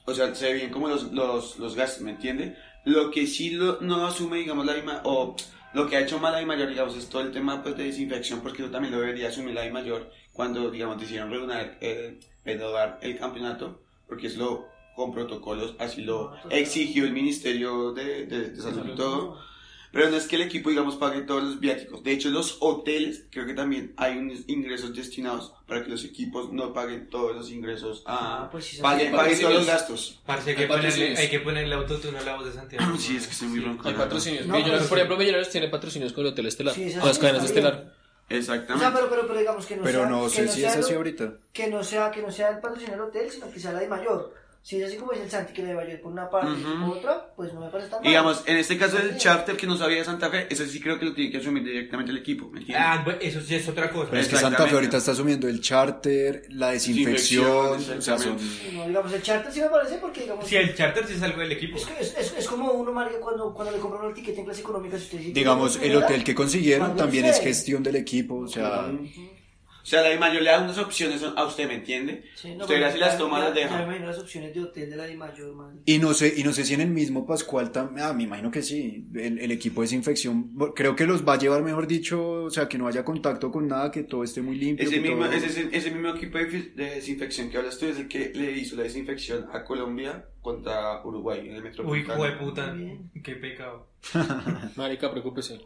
Speaker 6: o sea, se ven como los, los, los gastos, ¿me entiende? Lo que sí lo- no asume, digamos, la IMA, o lo que ha hecho mal la IMAYOR, digamos, es todo el tema pues, de desinfección, porque eso también lo debería asumir la IMAYOR cuando, digamos, decidieron reunir, eh, renovar el campeonato, porque es lo con protocolos, así lo exigió el Ministerio de, de, de Salud y todo. Pero no es que el equipo, digamos, pague todos los viáticos. De hecho, los hoteles, creo que también hay unos ingresos destinados para que los equipos no paguen todos los ingresos a...
Speaker 5: Ah, pues sí,
Speaker 6: paguen,
Speaker 3: sí.
Speaker 6: paguen todos los gastos.
Speaker 4: Parce, hay
Speaker 3: Hay
Speaker 4: que, ponerle,
Speaker 3: patrocinios.
Speaker 4: hay que ponerle autotune a la voz de
Speaker 2: *coughs*
Speaker 4: Santiago.
Speaker 6: Sí, es que estoy muy ronco.
Speaker 3: Hay patrocinios.
Speaker 5: No,
Speaker 3: Millonarios,
Speaker 5: pero
Speaker 3: por
Speaker 5: sí.
Speaker 3: ejemplo, Millonarios tiene patrocinios con el Hotel Estelar,
Speaker 5: Sí, esa
Speaker 3: con las
Speaker 5: sí
Speaker 3: cadenas
Speaker 5: está bien.
Speaker 3: Estelar.
Speaker 5: O sea,
Speaker 6: Exactamente.
Speaker 5: pero, pero, pero digamos que no
Speaker 2: Pero
Speaker 5: sea.
Speaker 2: no
Speaker 5: que
Speaker 2: sé si es
Speaker 5: sea
Speaker 2: así
Speaker 5: lo-
Speaker 2: ahorita.
Speaker 5: Que no sea, que no sea el patrocinio del hotel, sino que sea la DIMAYOR. Si es así como dice el Santi, que la DIMAYOR por una parte y por otra, pues no me parece tan mal.
Speaker 6: Digamos, en este caso el
Speaker 5: Sí.
Speaker 6: charter que nos había de Santa Fe, eso sí creo que lo tiene que asumir directamente el equipo, ¿me entiendes?
Speaker 5: pues,
Speaker 4: Ah, bueno, eso sí es otra cosa.
Speaker 2: Pero es que
Speaker 6: Exactamente.
Speaker 2: Santa Fe ahorita está asumiendo el charter, la desinfección,
Speaker 6: Desinfección,
Speaker 2: o sea, son...
Speaker 5: No, digamos, el charter sí me parece porque, digamos.
Speaker 4: Si el charter sí es algo del equipo.
Speaker 5: Es, que es, es, es como uno, marica, cuando, cuando le compran una etiqueta en clase económica, si usted dice,
Speaker 2: Digamos, el hotel que consiguieron
Speaker 5: Cuando
Speaker 2: también
Speaker 5: usted-
Speaker 2: es gestión del equipo, o sea...
Speaker 6: O sea, la mayor le da unas opciones a usted, ¿me entiende?
Speaker 5: Sí, no,
Speaker 6: usted
Speaker 5: pero
Speaker 6: las, las toma,
Speaker 5: ya-
Speaker 6: las
Speaker 5: Ya me
Speaker 6: deja.
Speaker 5: imagino las opciones de hotel de la DIMAYOR, man.
Speaker 2: Y no sé, y no sé si en el mismo Pascual también, ah, me imagino que sí, el, el equipo de desinfección, bo- creo que los va a llevar, mejor dicho, o sea, que no haya contacto con nada, que todo esté muy limpio.
Speaker 6: Ese
Speaker 2: que
Speaker 6: mismo,
Speaker 2: todo-
Speaker 6: ese, ese- ese mismo equipo de, fi- de desinfección que hablas tú es el que le hizo la desinfección a Colombia contra Uruguay en el
Speaker 4: Uy,
Speaker 6: Metropolitano.
Speaker 4: jueputa.
Speaker 3: *laughs*
Speaker 5: Bien.
Speaker 4: Qué pecado.
Speaker 3: Marica, preocúpese.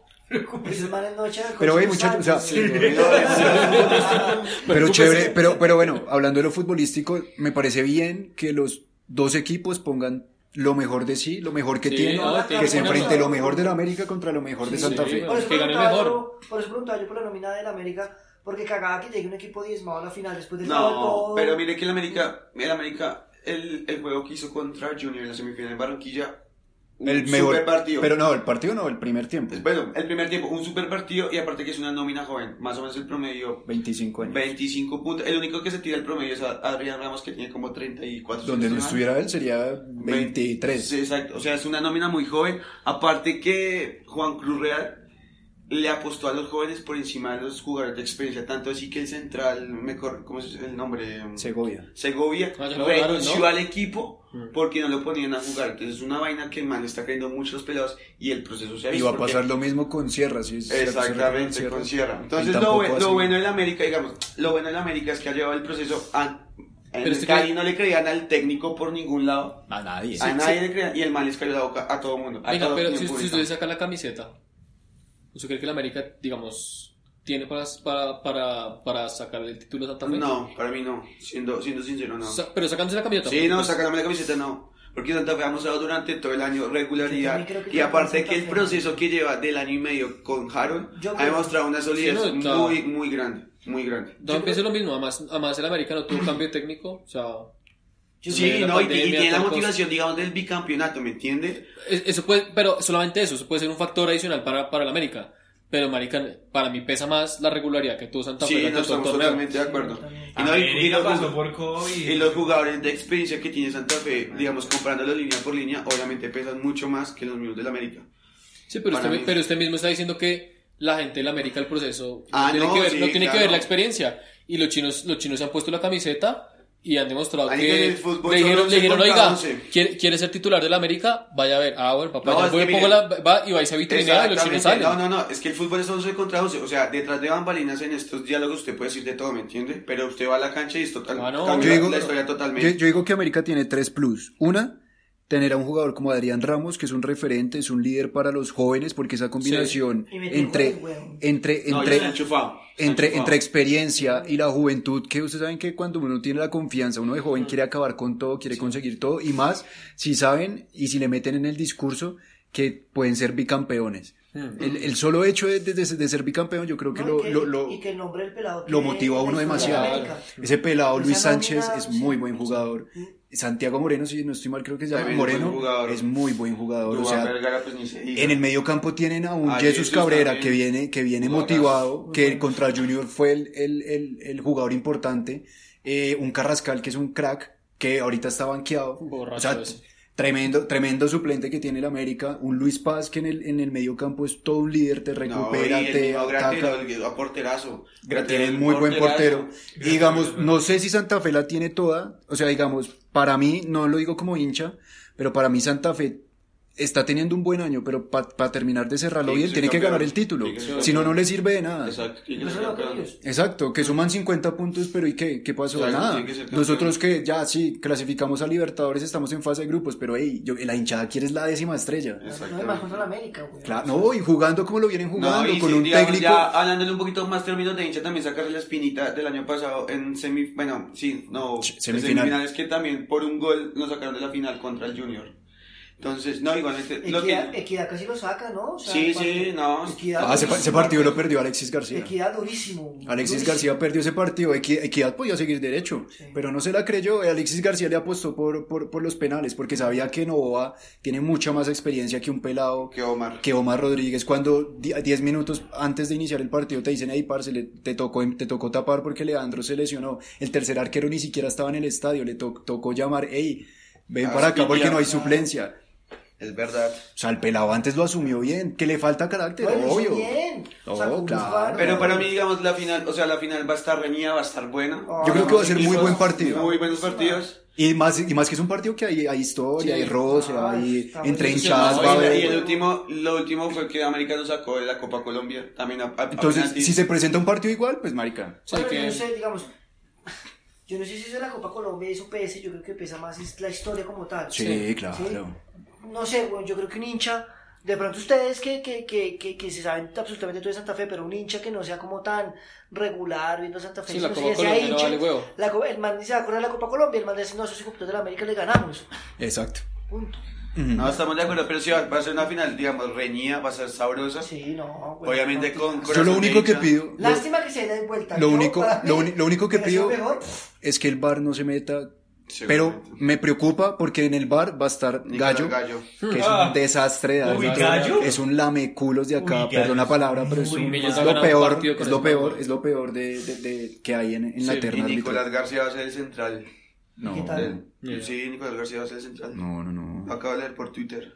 Speaker 5: Esos manes no echan el
Speaker 2: Pero,
Speaker 5: coche
Speaker 2: hey, muchachos, o sea,
Speaker 5: sal, güey.
Speaker 3: *laughs*
Speaker 2: *laughs* Pero chévere, pero, pero bueno, hablando de lo futbolístico, me parece bien que los dos equipos pongan lo mejor de sí, lo mejor que
Speaker 3: Sí,
Speaker 2: tienen,
Speaker 3: ah,
Speaker 2: que
Speaker 3: tiene
Speaker 2: se
Speaker 3: una-
Speaker 2: enfrente lo mejor de la América contra lo mejor de
Speaker 3: Sí,
Speaker 2: Santa
Speaker 3: sí.
Speaker 2: Fe.
Speaker 5: Por eso
Speaker 3: Que gane
Speaker 5: preguntaba
Speaker 3: mejor.
Speaker 5: yo- Por eso preguntaba yo por la nominada del América, porque cagaba que llegue un equipo diezmado a la final después
Speaker 6: *laughs*
Speaker 5: de
Speaker 6: No, pero mire que el América, el América, el, el juego que hizo contra Junior en la semifinal en Barranquilla, un
Speaker 2: El mejor
Speaker 6: super partido.
Speaker 2: Pero no, el partido no, el primer tiempo.
Speaker 6: Bueno, el primer tiempo, un super partido y aparte que es una nómina joven, más o menos el promedio
Speaker 2: 25 años.
Speaker 6: 25 puntos. El único que se tira el promedio es a- Adrián Ramos que tiene como 34.
Speaker 2: Donde no
Speaker 6: ¿sí?
Speaker 2: estuviera él sería 23.
Speaker 6: Sí, exacto, o sea, es una nómina muy joven. Aparte que Juan Cruz Real le apostó a los jóvenes por encima de los jugadores de experiencia, tanto así que el central, me cor- ¿cómo es el nombre?
Speaker 2: Segovia. Mm.
Speaker 6: Segovia
Speaker 3: Ah, ya lo ganaron,
Speaker 6: renunció
Speaker 3: ¿no?
Speaker 6: al equipo porque no lo ponían a jugar. Entonces es una vaina que el man está cayendo muchos pelados y el proceso se ha
Speaker 2: Y
Speaker 6: visto
Speaker 2: va a
Speaker 6: porque-
Speaker 2: pasar lo mismo con Sierra, sí. se- se recuerdan
Speaker 6: Exactamente, con Sierra. Entonces
Speaker 2: Y
Speaker 6: lo,
Speaker 2: tampoco
Speaker 6: bue-
Speaker 2: así.
Speaker 6: lo bueno del América, digamos, lo bueno del América es que ha llevado el proceso a... En
Speaker 3: Pero es que-
Speaker 6: Cali no le creían al técnico por ningún lado.
Speaker 2: A nadie.
Speaker 6: a nadie le creían. Y el mal les cayó la boca a todo mundo. A
Speaker 3: Venga,
Speaker 6: toda la
Speaker 3: pero
Speaker 6: opinión
Speaker 3: si, si
Speaker 6: pública.
Speaker 3: usted saca la camiseta, ¿usted cree que la América, digamos, tiene para, para, para, para sacarle el título a Santa Fe?
Speaker 6: No, para mí no. Siendo, siendo sincero, no.
Speaker 3: Sa- pero sacándose la camiseta.
Speaker 6: Sí,
Speaker 3: porque,
Speaker 6: no,
Speaker 3: pues,
Speaker 6: sácame la camiseta, no. Porque Santa Fe ha mostrado durante todo el año
Speaker 5: Yo
Speaker 6: regularidad.
Speaker 5: también creo que
Speaker 6: Y aparte
Speaker 5: Santa
Speaker 6: que el
Speaker 5: Fe.
Speaker 6: proceso que lleva del año y medio con Harold
Speaker 5: Yo
Speaker 6: ha
Speaker 5: creo-
Speaker 6: demostrado una solidez
Speaker 3: Sí, no, está-
Speaker 6: muy, muy grande. Muy grande.
Speaker 3: No, pienso lo mismo. Además, además el América no tuvo cambio técnico. O sea,
Speaker 6: Sí,
Speaker 3: la
Speaker 6: no, y, y
Speaker 3: pandemia,
Speaker 6: tiene la
Speaker 3: tal cosa.
Speaker 6: motivación, digamos, del bicampeonato, ¿me entiendes?
Speaker 3: es- eso puede, pero solamente eso, eso puede ser un factor adicional para, para el América. Pero, marica, para mí pesa más la regularidad que tuvo Santa Fe
Speaker 6: Sí,
Speaker 3: durante
Speaker 6: no
Speaker 3: todo el
Speaker 6: estamos
Speaker 3: torneo.
Speaker 6: totalmente de acuerdo. Y, no, y- y
Speaker 4: América
Speaker 6: los,
Speaker 4: pasó
Speaker 6: jug-
Speaker 4: por COVID.
Speaker 6: y los jugadores de experiencia que tiene Santa Fe, digamos, comparándolo línea por línea, obviamente pesan mucho más que los mismos del América.
Speaker 3: Sí, pero
Speaker 6: Para
Speaker 3: usted,
Speaker 6: mí.
Speaker 3: pero usted mismo está diciendo que la gente de la América el proceso.
Speaker 6: Ah,
Speaker 3: no tiene,
Speaker 6: no,
Speaker 3: que, ver,
Speaker 6: sí,
Speaker 3: no tiene que
Speaker 6: claro.
Speaker 3: ver la experiencia. Y los chinos, los chinos se han puesto la camiseta y han demostrado
Speaker 6: Ahí en
Speaker 3: que
Speaker 6: el fútbol
Speaker 3: le
Speaker 6: son
Speaker 3: dijeron,
Speaker 6: once
Speaker 3: le dijeron,
Speaker 6: contra
Speaker 3: oiga,
Speaker 6: once".
Speaker 3: ¿quiere, quiere ser titular de la América? Vaya a ver. Ah, bueno, papá,
Speaker 6: No,
Speaker 3: ya
Speaker 6: es
Speaker 3: voy,
Speaker 6: que
Speaker 3: pongo
Speaker 6: mire-
Speaker 3: la, va y vais a vitrinear y los chinos
Speaker 6: Exactamente.
Speaker 3: salen.
Speaker 6: No, no, no, es que el fútbol es 11 contra 11. O sea, detrás de bambalinas en estos diálogos usted puede decir de todo, ¿me entiende? Pero usted va a la cancha y es total,
Speaker 3: Ah, no.
Speaker 6: cambia
Speaker 2: Yo digo,
Speaker 6: la historia
Speaker 2: yo-
Speaker 6: totalmente.
Speaker 2: yo digo que América tiene tres plus. Una, tener a un jugador como Adrián Ramos, que es un referente, es un líder para los jóvenes, porque esa combinación
Speaker 5: Y metió
Speaker 2: entre,
Speaker 5: goles, weón.
Speaker 2: entre,
Speaker 6: no,
Speaker 2: entre,
Speaker 6: está enchufado.
Speaker 2: entre,
Speaker 6: está enchufado.
Speaker 2: entre experiencia y la juventud, que ustedes saben que cuando uno tiene la confianza, uno de
Speaker 6: Mm.
Speaker 2: joven quiere acabar con todo, quiere conseguir todo, y más si saben y si le meten en el discurso que pueden ser bicampeones.
Speaker 6: Mm.
Speaker 2: El, el solo hecho de, de- de ser bicampeón, yo creo que,
Speaker 5: No,
Speaker 2: lo,
Speaker 5: y, que,
Speaker 2: lo- lo-
Speaker 5: y que el nombre del pelado
Speaker 2: lo
Speaker 5: tiene
Speaker 2: motiva a
Speaker 5: la
Speaker 2: uno
Speaker 5: historia de
Speaker 2: demasiado.
Speaker 5: América. Pues
Speaker 2: Ese pelado
Speaker 5: Esa
Speaker 2: Luis Sánchez
Speaker 5: nómina,
Speaker 2: es
Speaker 5: sí. Mm.
Speaker 2: muy buen jugador. Santiago Moreno, si no estoy mal, creo que se llama
Speaker 6: También es buen
Speaker 2: Moreno,
Speaker 6: jugador.
Speaker 2: es muy buen jugador. O
Speaker 6: Duván
Speaker 2: sea,
Speaker 6: Vergara, pues, ni se diga.
Speaker 2: en el medio campo tienen a un
Speaker 6: Ah,
Speaker 2: Jesús
Speaker 6: Jesús
Speaker 2: Cabrera
Speaker 6: también.
Speaker 2: que viene, que viene
Speaker 6: Jugadorazo.
Speaker 2: motivado, que contra Junior fue el, el- el- el jugador importante. Eh, un Carrascal que es un crack, que ahorita está banqueado.
Speaker 3: Borracho
Speaker 2: o
Speaker 3: ese.
Speaker 2: sea, tremendo, tremendo suplente que tiene el América. Un Luis Paz que en el, en el medio campo es todo un líder, te
Speaker 6: No,
Speaker 2: recupera,
Speaker 6: y el
Speaker 2: te
Speaker 6: mismo
Speaker 2: ataca.
Speaker 6: Gratero, el que- a porterazo.
Speaker 2: Gra-
Speaker 6: Gratero
Speaker 2: Tiene
Speaker 6: es
Speaker 2: muy buen portero.
Speaker 6: porterazo.
Speaker 2: Y digamos, no sé si Santa Fe la tiene toda. O sea, digamos, para mí, no lo digo como hincha, pero para mí Santa Fe está teniendo un buen año, pero para terminar de cerrarlo
Speaker 6: Tiene que
Speaker 2: bien,
Speaker 6: ser
Speaker 2: tiene que
Speaker 6: campeón.
Speaker 2: ganar el título.
Speaker 6: Tiene que ser
Speaker 2: Si no,
Speaker 6: campeón.
Speaker 2: no le sirve de nada.
Speaker 6: Exacto, tiene que
Speaker 5: Eso
Speaker 6: ser
Speaker 5: es lo que
Speaker 6: campeón.
Speaker 5: ellos.
Speaker 2: Exacto, que suman 50 puntos, pero ¿y qué? ¿Qué pasó?
Speaker 6: Exacto,
Speaker 2: Nada.
Speaker 6: tiene que ser campeón.
Speaker 2: Nosotros que ya sí clasificamos a Libertadores, estamos en fase de grupos, pero hey, yo, la hinchada quiere es la décima estrella.
Speaker 5: No, además contra la América, güey.
Speaker 2: Claro, no, y jugando como lo vienen jugando,
Speaker 6: y
Speaker 2: con
Speaker 6: sí,
Speaker 2: un
Speaker 6: digamos,
Speaker 2: técnico.
Speaker 6: Ya hablándole un poquito más términos de hincha, también sacarle la espinita del año pasado en semi, bueno, sí, no, pues
Speaker 2: Ch-
Speaker 6: en
Speaker 2: semifinal.
Speaker 6: semifinales que también por un gol nos sacaron de la final contra el Junior. Entonces, no, igualmente, lo
Speaker 5: Equidad,
Speaker 6: que,
Speaker 5: Equidad casi lo saca, ¿no? O sea,
Speaker 6: Sí,
Speaker 5: el partido-
Speaker 6: sí, no.
Speaker 5: Equidad,
Speaker 2: Ah, ese, pa- ese
Speaker 5: durísimo.
Speaker 2: partido lo perdió Alexis García.
Speaker 5: Equidad durísimo.
Speaker 2: Alexis
Speaker 5: durísimo.
Speaker 2: García perdió ese partido, Equi- Equidad podía seguir derecho, pero no se la creyó, Alexis García le apostó por, por, por los penales, porque sabía que Novoa tiene mucha más experiencia que un pelado,
Speaker 6: que Omar.
Speaker 2: que Omar Rodríguez, cuando di- 10 minutos antes de iniciar el partido te dicen, hey, parce, le- te, tocó, em- te tocó tapar porque Leandro se lesionó, el tercer arquero ni siquiera estaba en el estadio, le to- tocó llamar, hey, ven
Speaker 6: Ah,
Speaker 2: para acá porque no hay suplencia.
Speaker 6: Es verdad.
Speaker 2: O sea, el pelado antes lo asumió bien, que le falta carácter,
Speaker 5: Bueno, hizo
Speaker 2: obvio.
Speaker 5: bien.
Speaker 2: No,
Speaker 5: Sacó un
Speaker 2: claro.
Speaker 5: disparo.
Speaker 6: Pero para mí, digamos, la final, o sea, la final va a estar reñida, va a estar buena.
Speaker 5: Yo
Speaker 2: Yo creo que va a ser muy
Speaker 6: Equipos,
Speaker 2: buen partido.
Speaker 6: Muy buenos partidos.
Speaker 2: Y más, y más que es un partido que hay, hay historia, hay roce, hay
Speaker 5: está
Speaker 2: entre
Speaker 5: buenísimo.
Speaker 2: hinchadas, va a
Speaker 6: No, y-
Speaker 2: haber-
Speaker 6: y el último, lo último fue que América nos sacó de la Copa Colombia. También a- a-
Speaker 2: Entonces,
Speaker 6: apenas-
Speaker 2: si se presenta un partido igual, pues marica.
Speaker 3: O sea,
Speaker 5: Bueno, yo
Speaker 3: que-
Speaker 5: no sé, digamos. *laughs* Yo no sé si eso es la Copa Colombia y eso PS, yo creo que pesa más es la historia como tal.
Speaker 2: Sí, claro.
Speaker 5: No sé, bueno, yo creo que un hincha, de pronto ustedes que, que, que, que, que se saben absolutamente todo de Santa Fe, pero un hincha que no sea como tan regular viendo Santa Fe,
Speaker 3: Sí, la
Speaker 5: sino
Speaker 3: Copa
Speaker 5: que sea
Speaker 3: Colombia no
Speaker 5: hincha,
Speaker 3: vale huevo.
Speaker 5: la co- el man ni se va a acordar de la Copa Colombia, el man dice, no, esos hijos de la América le ganamos.
Speaker 2: Exacto.
Speaker 5: Punto.
Speaker 6: No, estamos de acuerdo, pero sí va va a ser una final, digamos, reñida, va a ser sabrosa.
Speaker 5: Sí, no.
Speaker 3: Pues,
Speaker 5: güey,
Speaker 6: Obviamente
Speaker 5: no,
Speaker 6: con
Speaker 2: Yo
Speaker 6: corazón
Speaker 2: lo
Speaker 6: de
Speaker 2: único que
Speaker 6: hincha.
Speaker 2: pido, lo,
Speaker 5: Lástima que se den vuelta.
Speaker 2: lo
Speaker 5: Yo,
Speaker 2: único,
Speaker 5: para mí,
Speaker 2: lo, uni- lo único que
Speaker 5: hubiera sido
Speaker 2: pido
Speaker 5: mejor.
Speaker 2: es que el bar no se meta. Pero me preocupa porque en el bar va a estar
Speaker 6: Nicolás
Speaker 2: Gallo,
Speaker 6: Gallo.
Speaker 2: que es
Speaker 3: Ah.
Speaker 2: un desastre. de árbitro.
Speaker 4: Gallo.
Speaker 2: Es un lameculos de acá, perdón la palabra, pero es,
Speaker 3: Uy,
Speaker 2: un-
Speaker 3: Millos
Speaker 2: es
Speaker 3: ha
Speaker 2: lo
Speaker 3: ganado un
Speaker 2: peor,
Speaker 3: partido con
Speaker 2: es lo
Speaker 3: el
Speaker 2: peor,
Speaker 3: Barça.
Speaker 2: es lo peor de, de- de- que hay en, en la
Speaker 3: Sí,
Speaker 6: Y
Speaker 2: terna
Speaker 6: Nicolás
Speaker 2: arbitral.
Speaker 6: García va a ser el central.
Speaker 5: ¿Qué tal?
Speaker 6: El- Sí, Nicolás García va a ser el central.
Speaker 2: No, no, no.
Speaker 6: Lo acabo de leer por Twitter.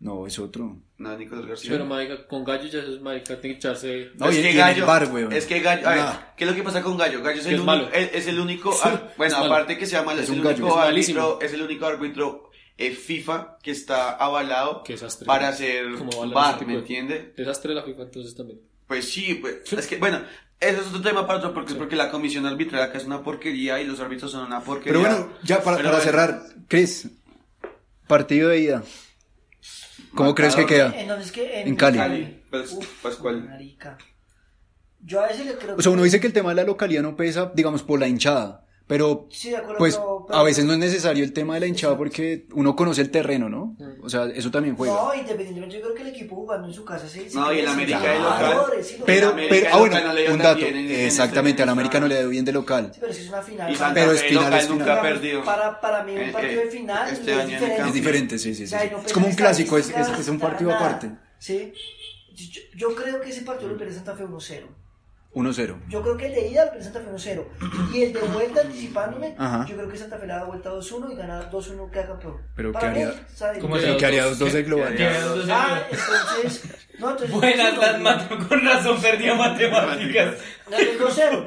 Speaker 2: No, es otro.
Speaker 6: No, Nicolás García.
Speaker 3: Pero marica, con gallo ya es marica, tiene que echarse...
Speaker 2: No, y- y en el bar, weón.
Speaker 6: Es que Gallo. A ver,
Speaker 2: Nah.
Speaker 6: ¿qué es lo que pasa con Gallo? Gallo es,
Speaker 3: Que
Speaker 6: el,
Speaker 3: es
Speaker 6: uni-
Speaker 3: malo.
Speaker 6: es- es el único. ar- bueno,
Speaker 3: es malo.
Speaker 6: aparte que sea malo, es,
Speaker 2: un
Speaker 6: el
Speaker 2: gallo.
Speaker 6: único
Speaker 3: Es
Speaker 6: árbitro,
Speaker 3: malísimo.
Speaker 6: es el único árbitro eh, FIFA que está avalado
Speaker 3: Qué desastre.
Speaker 6: para hacer
Speaker 3: Como avalan ese
Speaker 6: bar,
Speaker 3: este tipo
Speaker 6: ¿me
Speaker 3: de-
Speaker 6: entiende?
Speaker 3: Desastre la FIFA entonces también.
Speaker 6: Pues sí, pues, es que, bueno, eso es otro tema para otro, porque, porque la comisión arbitral acá es una porquería y los árbitros son una porquería.
Speaker 2: Pero bueno, ya para,
Speaker 6: Pero
Speaker 2: para
Speaker 6: bueno,
Speaker 2: cerrar, Chris, partido de ida. ¿Cómo crees que queda?
Speaker 5: ¿En dónde es que?
Speaker 2: En Cali.
Speaker 6: Cali, Pas-
Speaker 5: Uf,
Speaker 6: Pascual.
Speaker 5: marica. Yo a veces le creo
Speaker 2: O sea,
Speaker 5: que-
Speaker 2: uno dice que el tema de la localidad no pesa, digamos, por la hinchada, pero
Speaker 5: Sí, de acuerdo,
Speaker 2: pues
Speaker 5: pero-
Speaker 2: a veces no es necesario el tema de la hinchada porque uno conoce el terreno, ¿no? O sea, eso también juega.
Speaker 5: No, independientemente, yo creo que el equipo jugando en su casa se. se
Speaker 6: No, y el
Speaker 5: crece,
Speaker 6: América
Speaker 5: claro,
Speaker 6: de local.
Speaker 5: sí, lo-
Speaker 2: Pero,
Speaker 6: América
Speaker 2: pero, ah,
Speaker 6: local
Speaker 2: bueno,
Speaker 6: no le dio
Speaker 2: un
Speaker 6: tan
Speaker 2: dato.
Speaker 6: bien en- en este-
Speaker 2: Exactamente, al América no le dio bien de
Speaker 5: Sí,
Speaker 2: local.
Speaker 5: pero si es una final.
Speaker 6: Y Santa
Speaker 2: Pero
Speaker 6: Fe
Speaker 2: es final,
Speaker 6: local
Speaker 2: es
Speaker 6: nunca
Speaker 2: final.
Speaker 6: ha perdido.
Speaker 5: Para, para mí, un
Speaker 6: Eh,
Speaker 5: partido
Speaker 6: eh,
Speaker 5: de final
Speaker 6: este
Speaker 5: es
Speaker 6: año en
Speaker 5: diferente.
Speaker 6: cambio.
Speaker 2: Es diferente, sí, sí, sí.
Speaker 5: O sea,
Speaker 2: sí.
Speaker 5: y no
Speaker 2: Es como un
Speaker 5: pesa ni
Speaker 2: clásico, es,
Speaker 5: siquiera
Speaker 2: es- es un partido
Speaker 5: nada.
Speaker 2: aparte.
Speaker 5: Sí. Yo, yo creo que ese partido lo pierde Santa Fe 1-0.
Speaker 2: 1-0.
Speaker 5: Yo creo que el de ida lo pierde Santa Fe 1-0. Y el de vuelta, anticipándome,
Speaker 2: Ajá.
Speaker 5: yo creo que Santa Fe le da vuelta 2-1 y gana 2-1 queda campeón.
Speaker 2: Pero
Speaker 5: Para
Speaker 2: ¿qué
Speaker 5: mí,
Speaker 2: haría-
Speaker 5: ¿sabe?
Speaker 3: ¿Cómo
Speaker 2: Pero que
Speaker 6: pues,
Speaker 2: haría 2-2 de global.
Speaker 4: haría
Speaker 5: Ah, entonces.
Speaker 7: *laughs*
Speaker 5: No, entonces.
Speaker 7: Buenas, las
Speaker 5: no,
Speaker 7: mató con razón, perdió matemáticas.
Speaker 5: el
Speaker 7: *laughs*
Speaker 5: 2-0.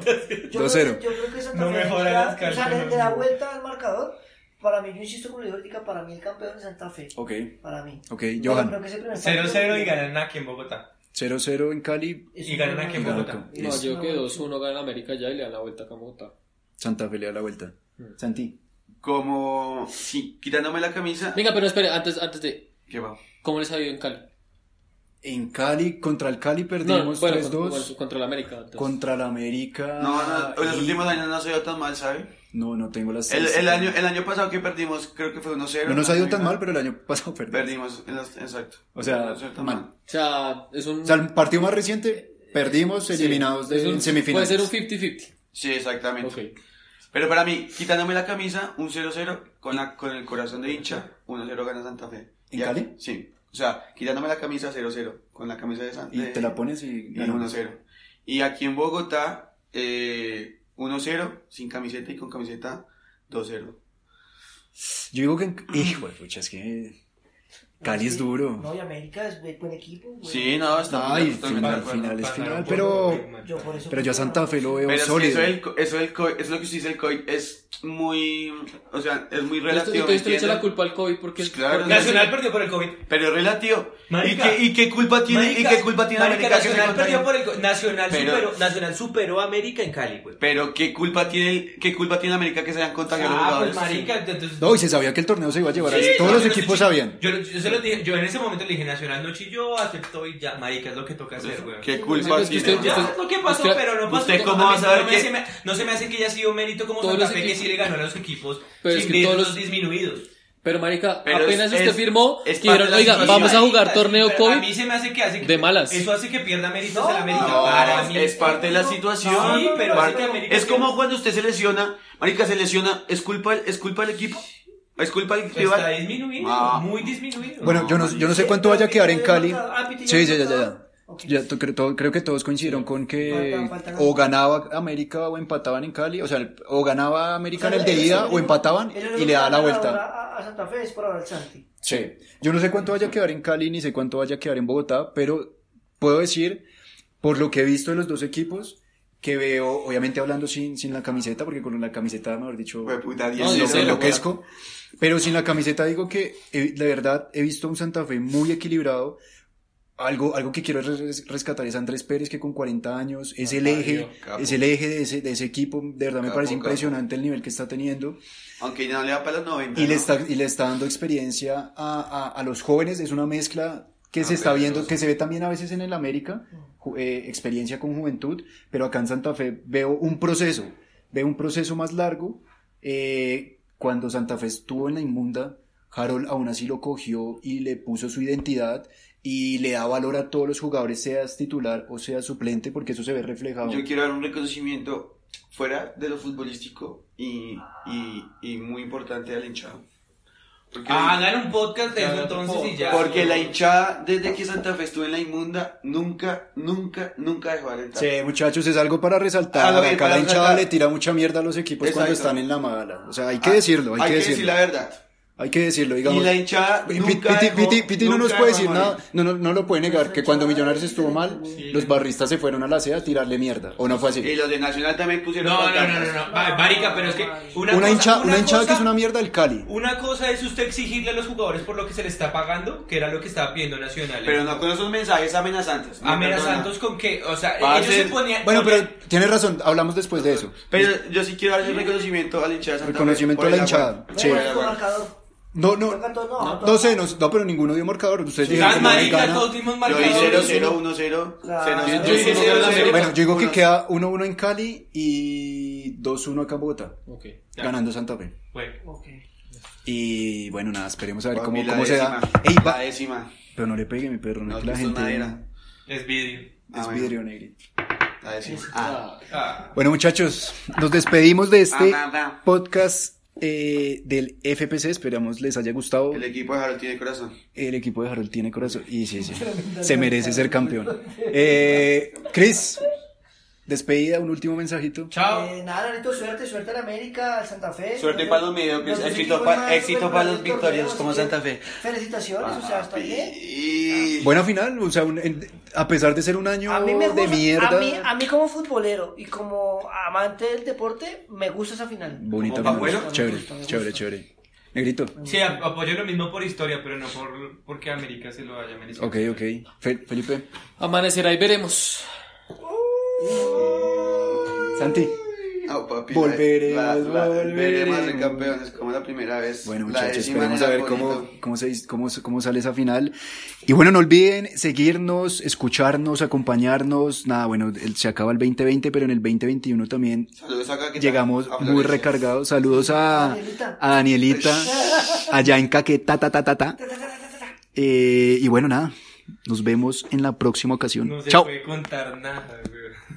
Speaker 5: Yo,
Speaker 2: 2-0.
Speaker 5: creo- yo creo que Santa
Speaker 7: No
Speaker 5: Fe
Speaker 7: mejora
Speaker 5: le da-
Speaker 7: las
Speaker 5: o sea, le-
Speaker 7: cálculos.
Speaker 5: le da vuelta al marcador. Para mí, yo insisto con lo digo ahorita, para mí el campeón es Santa Fe.
Speaker 2: Ok,
Speaker 5: Para mí.
Speaker 2: ok,
Speaker 5: Yo creo
Speaker 2: Johan.
Speaker 5: que ese primer partido-
Speaker 7: 0-0 y ganan aquí en Bogotá.
Speaker 2: 0-0 en Cali,
Speaker 5: es
Speaker 7: y
Speaker 5: un-
Speaker 7: ganan aquí en Bogotá.
Speaker 3: No,
Speaker 2: Listo.
Speaker 3: yo creo que 2-1 gana América ya y le dan la vuelta a Camota.
Speaker 2: Santa Fe le da la vuelta.
Speaker 6: Mm.
Speaker 2: Santi.
Speaker 6: Como, sí, quitándome la camisa.
Speaker 3: Venga, pero espere, antes, antes de.
Speaker 6: ¿Qué va?
Speaker 3: ¿Cómo les ha ido en Cali?
Speaker 2: En Cali, contra el Cali perdimos
Speaker 3: No, bueno, con-
Speaker 2: 3-2.
Speaker 3: con- contra el América. antes.
Speaker 2: Contra el América.
Speaker 6: No, no, en los
Speaker 2: y-
Speaker 6: últimos años no se ha ido tan mal, ¿sabe?
Speaker 2: No, no tengo las
Speaker 6: El, el,
Speaker 2: estadísticas.
Speaker 6: año, el año pasado que perdimos, creo que fue 1-0.
Speaker 2: No nos ha ido tan
Speaker 6: Perdimos.
Speaker 2: mal, pero el año pasado *laughs* perdimos.
Speaker 6: Perdimos, en los- exacto.
Speaker 2: O sea,
Speaker 6: No se ha ido tan
Speaker 2: mal.
Speaker 6: mal.
Speaker 3: O sea, es un.
Speaker 2: O sea, el partido más reciente, perdimos,
Speaker 3: sí,
Speaker 2: eliminados de
Speaker 3: es un-
Speaker 2: en semifinales.
Speaker 3: Puede ser un 50-50.
Speaker 6: Sí, exactamente.
Speaker 3: Ok.
Speaker 6: Pero para mí, quitándome la camisa, un 0-0 con, la- con el corazón de hincha, 1-0 gana Santa Fe.
Speaker 2: ¿En
Speaker 6: Y a-
Speaker 2: Cali?
Speaker 6: Sí. O sea, quitándome la camisa, 0-0 con la camisa de Santa
Speaker 2: Y te la pones y
Speaker 6: Y
Speaker 2: ganamos.
Speaker 6: 1-0. Y aquí en Bogotá, eh, 1-0 sin camiseta y con camiseta 2-0.
Speaker 2: Yo digo que... en- Hijo de pucha, es que... Cali es
Speaker 5: No,
Speaker 2: duro.
Speaker 5: y América es buen buen equipo. güey.
Speaker 6: Sí, no, está
Speaker 2: Ay,
Speaker 6: totalmente de
Speaker 2: final,
Speaker 6: acuerdo.
Speaker 2: final es
Speaker 4: Ganaron
Speaker 2: Pues, final.
Speaker 4: por
Speaker 2: Pero,
Speaker 4: Big Man.
Speaker 5: Yo por eso
Speaker 2: pero yo a Santa Fe lo veo
Speaker 6: Pero es que
Speaker 2: sólido.
Speaker 6: eso del, co- eso del COVID, eso lo que usted dice el COVID, es muy, o sea, es muy
Speaker 3: Entonces,
Speaker 6: relativo.
Speaker 3: entonces tú le echas la
Speaker 6: ¿entiendes?
Speaker 3: culpa al COVID porque.
Speaker 6: Pues claro,
Speaker 3: porque-
Speaker 7: Nacional perdió por el COVID.
Speaker 6: Pero es relativo. ¿Y
Speaker 7: Marica.
Speaker 6: qué, ¿Y qué culpa tiene,
Speaker 7: Marica,
Speaker 6: y qué culpa tiene
Speaker 7: Marica,
Speaker 6: América que se
Speaker 7: Nacional perdió
Speaker 6: contagie?
Speaker 7: por el co- Nacional,
Speaker 6: Pero-
Speaker 7: superó, Nacional superó a América en Cali, güey.
Speaker 6: Pero qué culpa tiene, el- qué culpa tiene América que se hayan contagiado los
Speaker 7: Ah, pues
Speaker 6: jugadores.
Speaker 7: marica, entonces...
Speaker 2: No, y se sabía que el torneo se iba a llevar así.
Speaker 7: Sí,
Speaker 2: Todos
Speaker 7: no,
Speaker 2: los
Speaker 7: yo no
Speaker 2: equipos
Speaker 7: estoy-
Speaker 2: sabían.
Speaker 7: Yo, yo se lo dije, yo en ese momento le dije Nacional no chilló, aceptó y ya, marica, es lo que toca hacer, güey.
Speaker 6: Qué
Speaker 3: Sí,
Speaker 6: culpa
Speaker 3: pues,
Speaker 6: tiene.
Speaker 3: usted-
Speaker 6: ¿no?
Speaker 7: Ya, es lo que pasó,
Speaker 3: Usted-
Speaker 7: pero no pasó.
Speaker 6: ¿usted
Speaker 7: no,
Speaker 6: cómo va a
Speaker 7: mí
Speaker 6: saber
Speaker 7: no
Speaker 6: que-
Speaker 7: Me, se me- no se me hace que haya sido mérito como
Speaker 3: Todos
Speaker 7: Santa
Speaker 3: los
Speaker 7: Fe que
Speaker 3: equipos-
Speaker 7: sí le ganó a los equipos
Speaker 3: Pero es
Speaker 7: sin
Speaker 3: que
Speaker 7: ver
Speaker 3: todos
Speaker 7: los
Speaker 3: los-
Speaker 7: disminuidos.
Speaker 3: Pero, Marica,
Speaker 6: Pero
Speaker 3: apenas
Speaker 6: es-
Speaker 3: usted
Speaker 6: es-
Speaker 3: firmó,
Speaker 6: es
Speaker 3: que dijeron,
Speaker 6: parte de la
Speaker 3: oiga,
Speaker 6: situación.
Speaker 3: vamos a jugar torneo
Speaker 7: Pero A
Speaker 3: COVID.
Speaker 7: mí se me hace que hace que-
Speaker 3: de malas.
Speaker 7: Eso hace que pierda méritos
Speaker 5: No,
Speaker 7: el América.
Speaker 6: No,
Speaker 7: para mí.
Speaker 6: es parte de la situación.
Speaker 7: No, sí, pero
Speaker 6: Par-
Speaker 7: es que América
Speaker 6: es como
Speaker 7: tiene-
Speaker 6: cuando usted se lesiona, marica se lesiona, es culpa, es culpa del equipo, es culpa del
Speaker 7: Pues Está
Speaker 6: rival.
Speaker 7: disminuido,
Speaker 6: Ah.
Speaker 7: muy disminuido.
Speaker 2: Bueno, yo no, yo no ah, sé cuánto vaya a quedar en Cali. Sí, sí, ya, ya, ya.
Speaker 5: Ok.
Speaker 2: Ya, to- creo, to- creo que todos coincidieron con que
Speaker 5: Falta- falta-
Speaker 2: o ganaba América o empataban en Cali, o sea, el- o ganaba América en el de ida o empataban y le da la vuelta.
Speaker 5: A, a Santa Fe es por ahora el Santi.
Speaker 2: Sí. Yo no sé cuánto vaya a quedar en Cali ni sé cuánto vaya a quedar en Bogotá, pero puedo decir, por lo que he visto de los dos equipos, que veo, obviamente hablando sin, sin la camiseta, porque con la camiseta, mejor dicho,
Speaker 6: Fue puta,
Speaker 3: No, yo
Speaker 2: no,
Speaker 6: 10-0,
Speaker 3: sé,
Speaker 2: me
Speaker 3: lo
Speaker 6: güey.
Speaker 2: enloquezco. Pero sin la camiseta digo que eh, la verdad he visto un Santa Fe muy equilibrado. Algo, algo que quiero res- rescatar es Andrés Pérez, que con 40 años es el eje,
Speaker 6: capo.
Speaker 2: es el eje de ese, de ese equipo. De verdad me
Speaker 6: Capo,
Speaker 2: parece
Speaker 6: capo.
Speaker 2: impresionante el nivel que está teniendo.
Speaker 6: Aunque ya no le da para los 90.
Speaker 2: Y le
Speaker 6: ¿no?
Speaker 2: está, y le está dando experiencia a, a- a los jóvenes. Es una mezcla que se
Speaker 6: Ah,
Speaker 2: está viendo,
Speaker 6: peligroso.
Speaker 2: que se ve también a veces en el América, ju- eh, experiencia con juventud, pero acá en Santa Fe veo un proceso, veo un proceso más largo. Eh, cuando Santa Fe estuvo en la inmunda, Harold aún así lo cogió y le puso su identidad y le da valor a todos los jugadores, seas titular o sea suplente, porque eso se ve reflejado.
Speaker 6: Yo quiero dar un reconocimiento fuera de lo futbolístico y, y, y muy importante al hinchado. Porque,
Speaker 7: Ah, hagan un podcast de eso entonces y ya.
Speaker 6: porque la hinchada, desde que Santa Fe estuvo en la inmunda, nunca, nunca, nunca dejó de alentar.
Speaker 2: Sí, muchachos, es algo para resaltar.
Speaker 6: Algo bien
Speaker 2: Acá la
Speaker 6: para
Speaker 2: hinchada
Speaker 6: resaltar.
Speaker 2: le tira mucha mierda a los equipos cuando
Speaker 6: Exacto.
Speaker 2: están en la mala. O sea, hay que decirlo, hay, que, decirlo.
Speaker 6: Ah, decir la verdad.
Speaker 2: Hay que decirlo, digamos.
Speaker 6: Y la hinchada
Speaker 2: Pi-
Speaker 6: nunca
Speaker 2: Piti,
Speaker 6: dejó-
Speaker 2: Piti- Piti no
Speaker 6: nunca
Speaker 2: nos puede
Speaker 6: dejó
Speaker 2: decir
Speaker 6: morir.
Speaker 2: nada, no, no, no lo puede negar, que cuando Millonarios estuvo mal, los barristas se fueron a la seda a tirarle mierda, o no fue así.
Speaker 6: Y los de Nacional también pusieron
Speaker 7: No, no, no,
Speaker 6: pancartas.
Speaker 7: no, no. Va- Marica, pero es que una,
Speaker 2: Una,
Speaker 7: cosa-
Speaker 2: hincha, una hinchada
Speaker 7: cosa-
Speaker 2: que es una mierda del Cali.
Speaker 7: Una cosa es usted exigirle a los jugadores por lo que se le está pagando, que era lo que estaba pidiendo Nacional.
Speaker 6: Pero no con esos mensajes amenazantes. Me
Speaker 7: Amenazantes
Speaker 6: perdona.
Speaker 7: con que, o sea,
Speaker 6: Va a
Speaker 7: ellos
Speaker 6: ser-
Speaker 7: se ponían.
Speaker 2: Bueno, pero tienes razón, hablamos después de eso.
Speaker 6: Pero yo sí quiero darle reconocimiento a la hinchada. de Santa Fe
Speaker 2: Reconocimiento
Speaker 6: por
Speaker 2: a la
Speaker 6: el
Speaker 2: hinchada.
Speaker 6: aguante.
Speaker 2: Sí.
Speaker 6: Por
Speaker 5: Bueno,
Speaker 6: el
Speaker 5: con
Speaker 6: aguante.
Speaker 5: marcador.
Speaker 2: No, no,
Speaker 5: Acá todos, no,
Speaker 2: no sé, no, no, pero ninguno dio marcador. Ustedes dijeron
Speaker 7: Las
Speaker 2: que no hay
Speaker 7: maricas,
Speaker 2: gana.
Speaker 7: todos dimos
Speaker 6: Lo di
Speaker 7: marcadores.
Speaker 6: 0-0, 1-0.
Speaker 5: Claro.
Speaker 6: cero,
Speaker 3: Yo
Speaker 6: cero,
Speaker 3: sí,
Speaker 6: cero,
Speaker 3: cero,
Speaker 6: cero,
Speaker 3: cero.
Speaker 2: Bueno, yo digo que
Speaker 6: uno.
Speaker 2: queda 1-1 en Cali y 2-1 acá en Bogotá,
Speaker 3: Ok.
Speaker 2: ganando Santa Fe.
Speaker 7: Bueno,
Speaker 5: Ok.
Speaker 2: Y bueno, nada, esperemos a ver
Speaker 6: Papi,
Speaker 2: cómo,
Speaker 6: la
Speaker 2: cómo se da.
Speaker 6: décima,
Speaker 2: Ey,
Speaker 6: La
Speaker 2: va-
Speaker 6: décima.
Speaker 2: Pero no le pegue mi perro, no,
Speaker 6: No,
Speaker 2: que la
Speaker 6: que
Speaker 2: gente.
Speaker 6: esto es madera.
Speaker 7: es vídeo.
Speaker 6: Ah,
Speaker 2: Es
Speaker 6: bueno.
Speaker 2: vidrio negro.
Speaker 6: La décima. Ah.
Speaker 7: Ah,
Speaker 2: Bueno, muchachos, nos despedimos de este
Speaker 6: Va, Ah, va, va.
Speaker 2: podcast eh, del FPC. Esperamos les haya gustado.
Speaker 6: El equipo de Harold tiene corazón.
Speaker 2: El equipo de Harold tiene corazón. Y sí, sí, se merece ser campeón. Eh, Chris, Despedida, un último mensajito.
Speaker 5: Eh, nada, Lalito, suerte, suerte al América, al Santa Fe.
Speaker 6: Suerte para los mediocres,
Speaker 5: Los
Speaker 6: éxito
Speaker 5: equipos
Speaker 6: pa-
Speaker 5: más
Speaker 6: éxito para los
Speaker 5: superproductos,
Speaker 6: victoriosos
Speaker 5: ¿no?
Speaker 6: como
Speaker 5: Así que
Speaker 6: Santa Fe.
Speaker 5: Felicitaciones, o sea, está bien.
Speaker 2: Buena final, o sea, un- en- a pesar de ser un año
Speaker 5: A mí me gusta,
Speaker 2: de mierda.
Speaker 5: A mí, a mí como futbolero y como amante del deporte, me gusta esa final.
Speaker 2: Bonita,
Speaker 5: Como
Speaker 2: me gusta.
Speaker 5: pajuelo.
Speaker 2: chévere,
Speaker 5: Me gusta, me gusta.
Speaker 2: chévere, chévere. Negrito.
Speaker 4: Sí, a- apoyo lo mismo por historia, pero no por porque América se lo haya merecido.
Speaker 2: Ok, ok. Fe- Felipe.
Speaker 3: Amanecerá y veremos.
Speaker 2: Santi.
Speaker 6: No, Ah, papi, la-
Speaker 2: Volveremos,
Speaker 6: la- la-
Speaker 2: volveremos.
Speaker 6: Veremos de campeones como la primera vez.
Speaker 2: Bueno,
Speaker 6: La
Speaker 2: muchachos,
Speaker 6: décima
Speaker 2: esperemos a
Speaker 6: era
Speaker 2: ver cómo,
Speaker 6: bonito.
Speaker 2: cómo, se- cómo, cómo sale esa final. Y bueno, no olviden seguirnos, escucharnos, acompañarnos. Nada, bueno, el- se acaba el 2020, pero en el 2021 también
Speaker 6: Saludos acá, ¿qué tal?
Speaker 2: llegamos
Speaker 6: A
Speaker 2: muy
Speaker 6: Florencia.
Speaker 2: recargados. Saludos a, a Danielita,
Speaker 6: *laughs*
Speaker 2: allá en Caquetá, ta, ta, ta, ta. Eh, y bueno, nada, nos vemos en la próxima ocasión.
Speaker 4: No se
Speaker 2: Chao.
Speaker 4: puede contar nada, güey.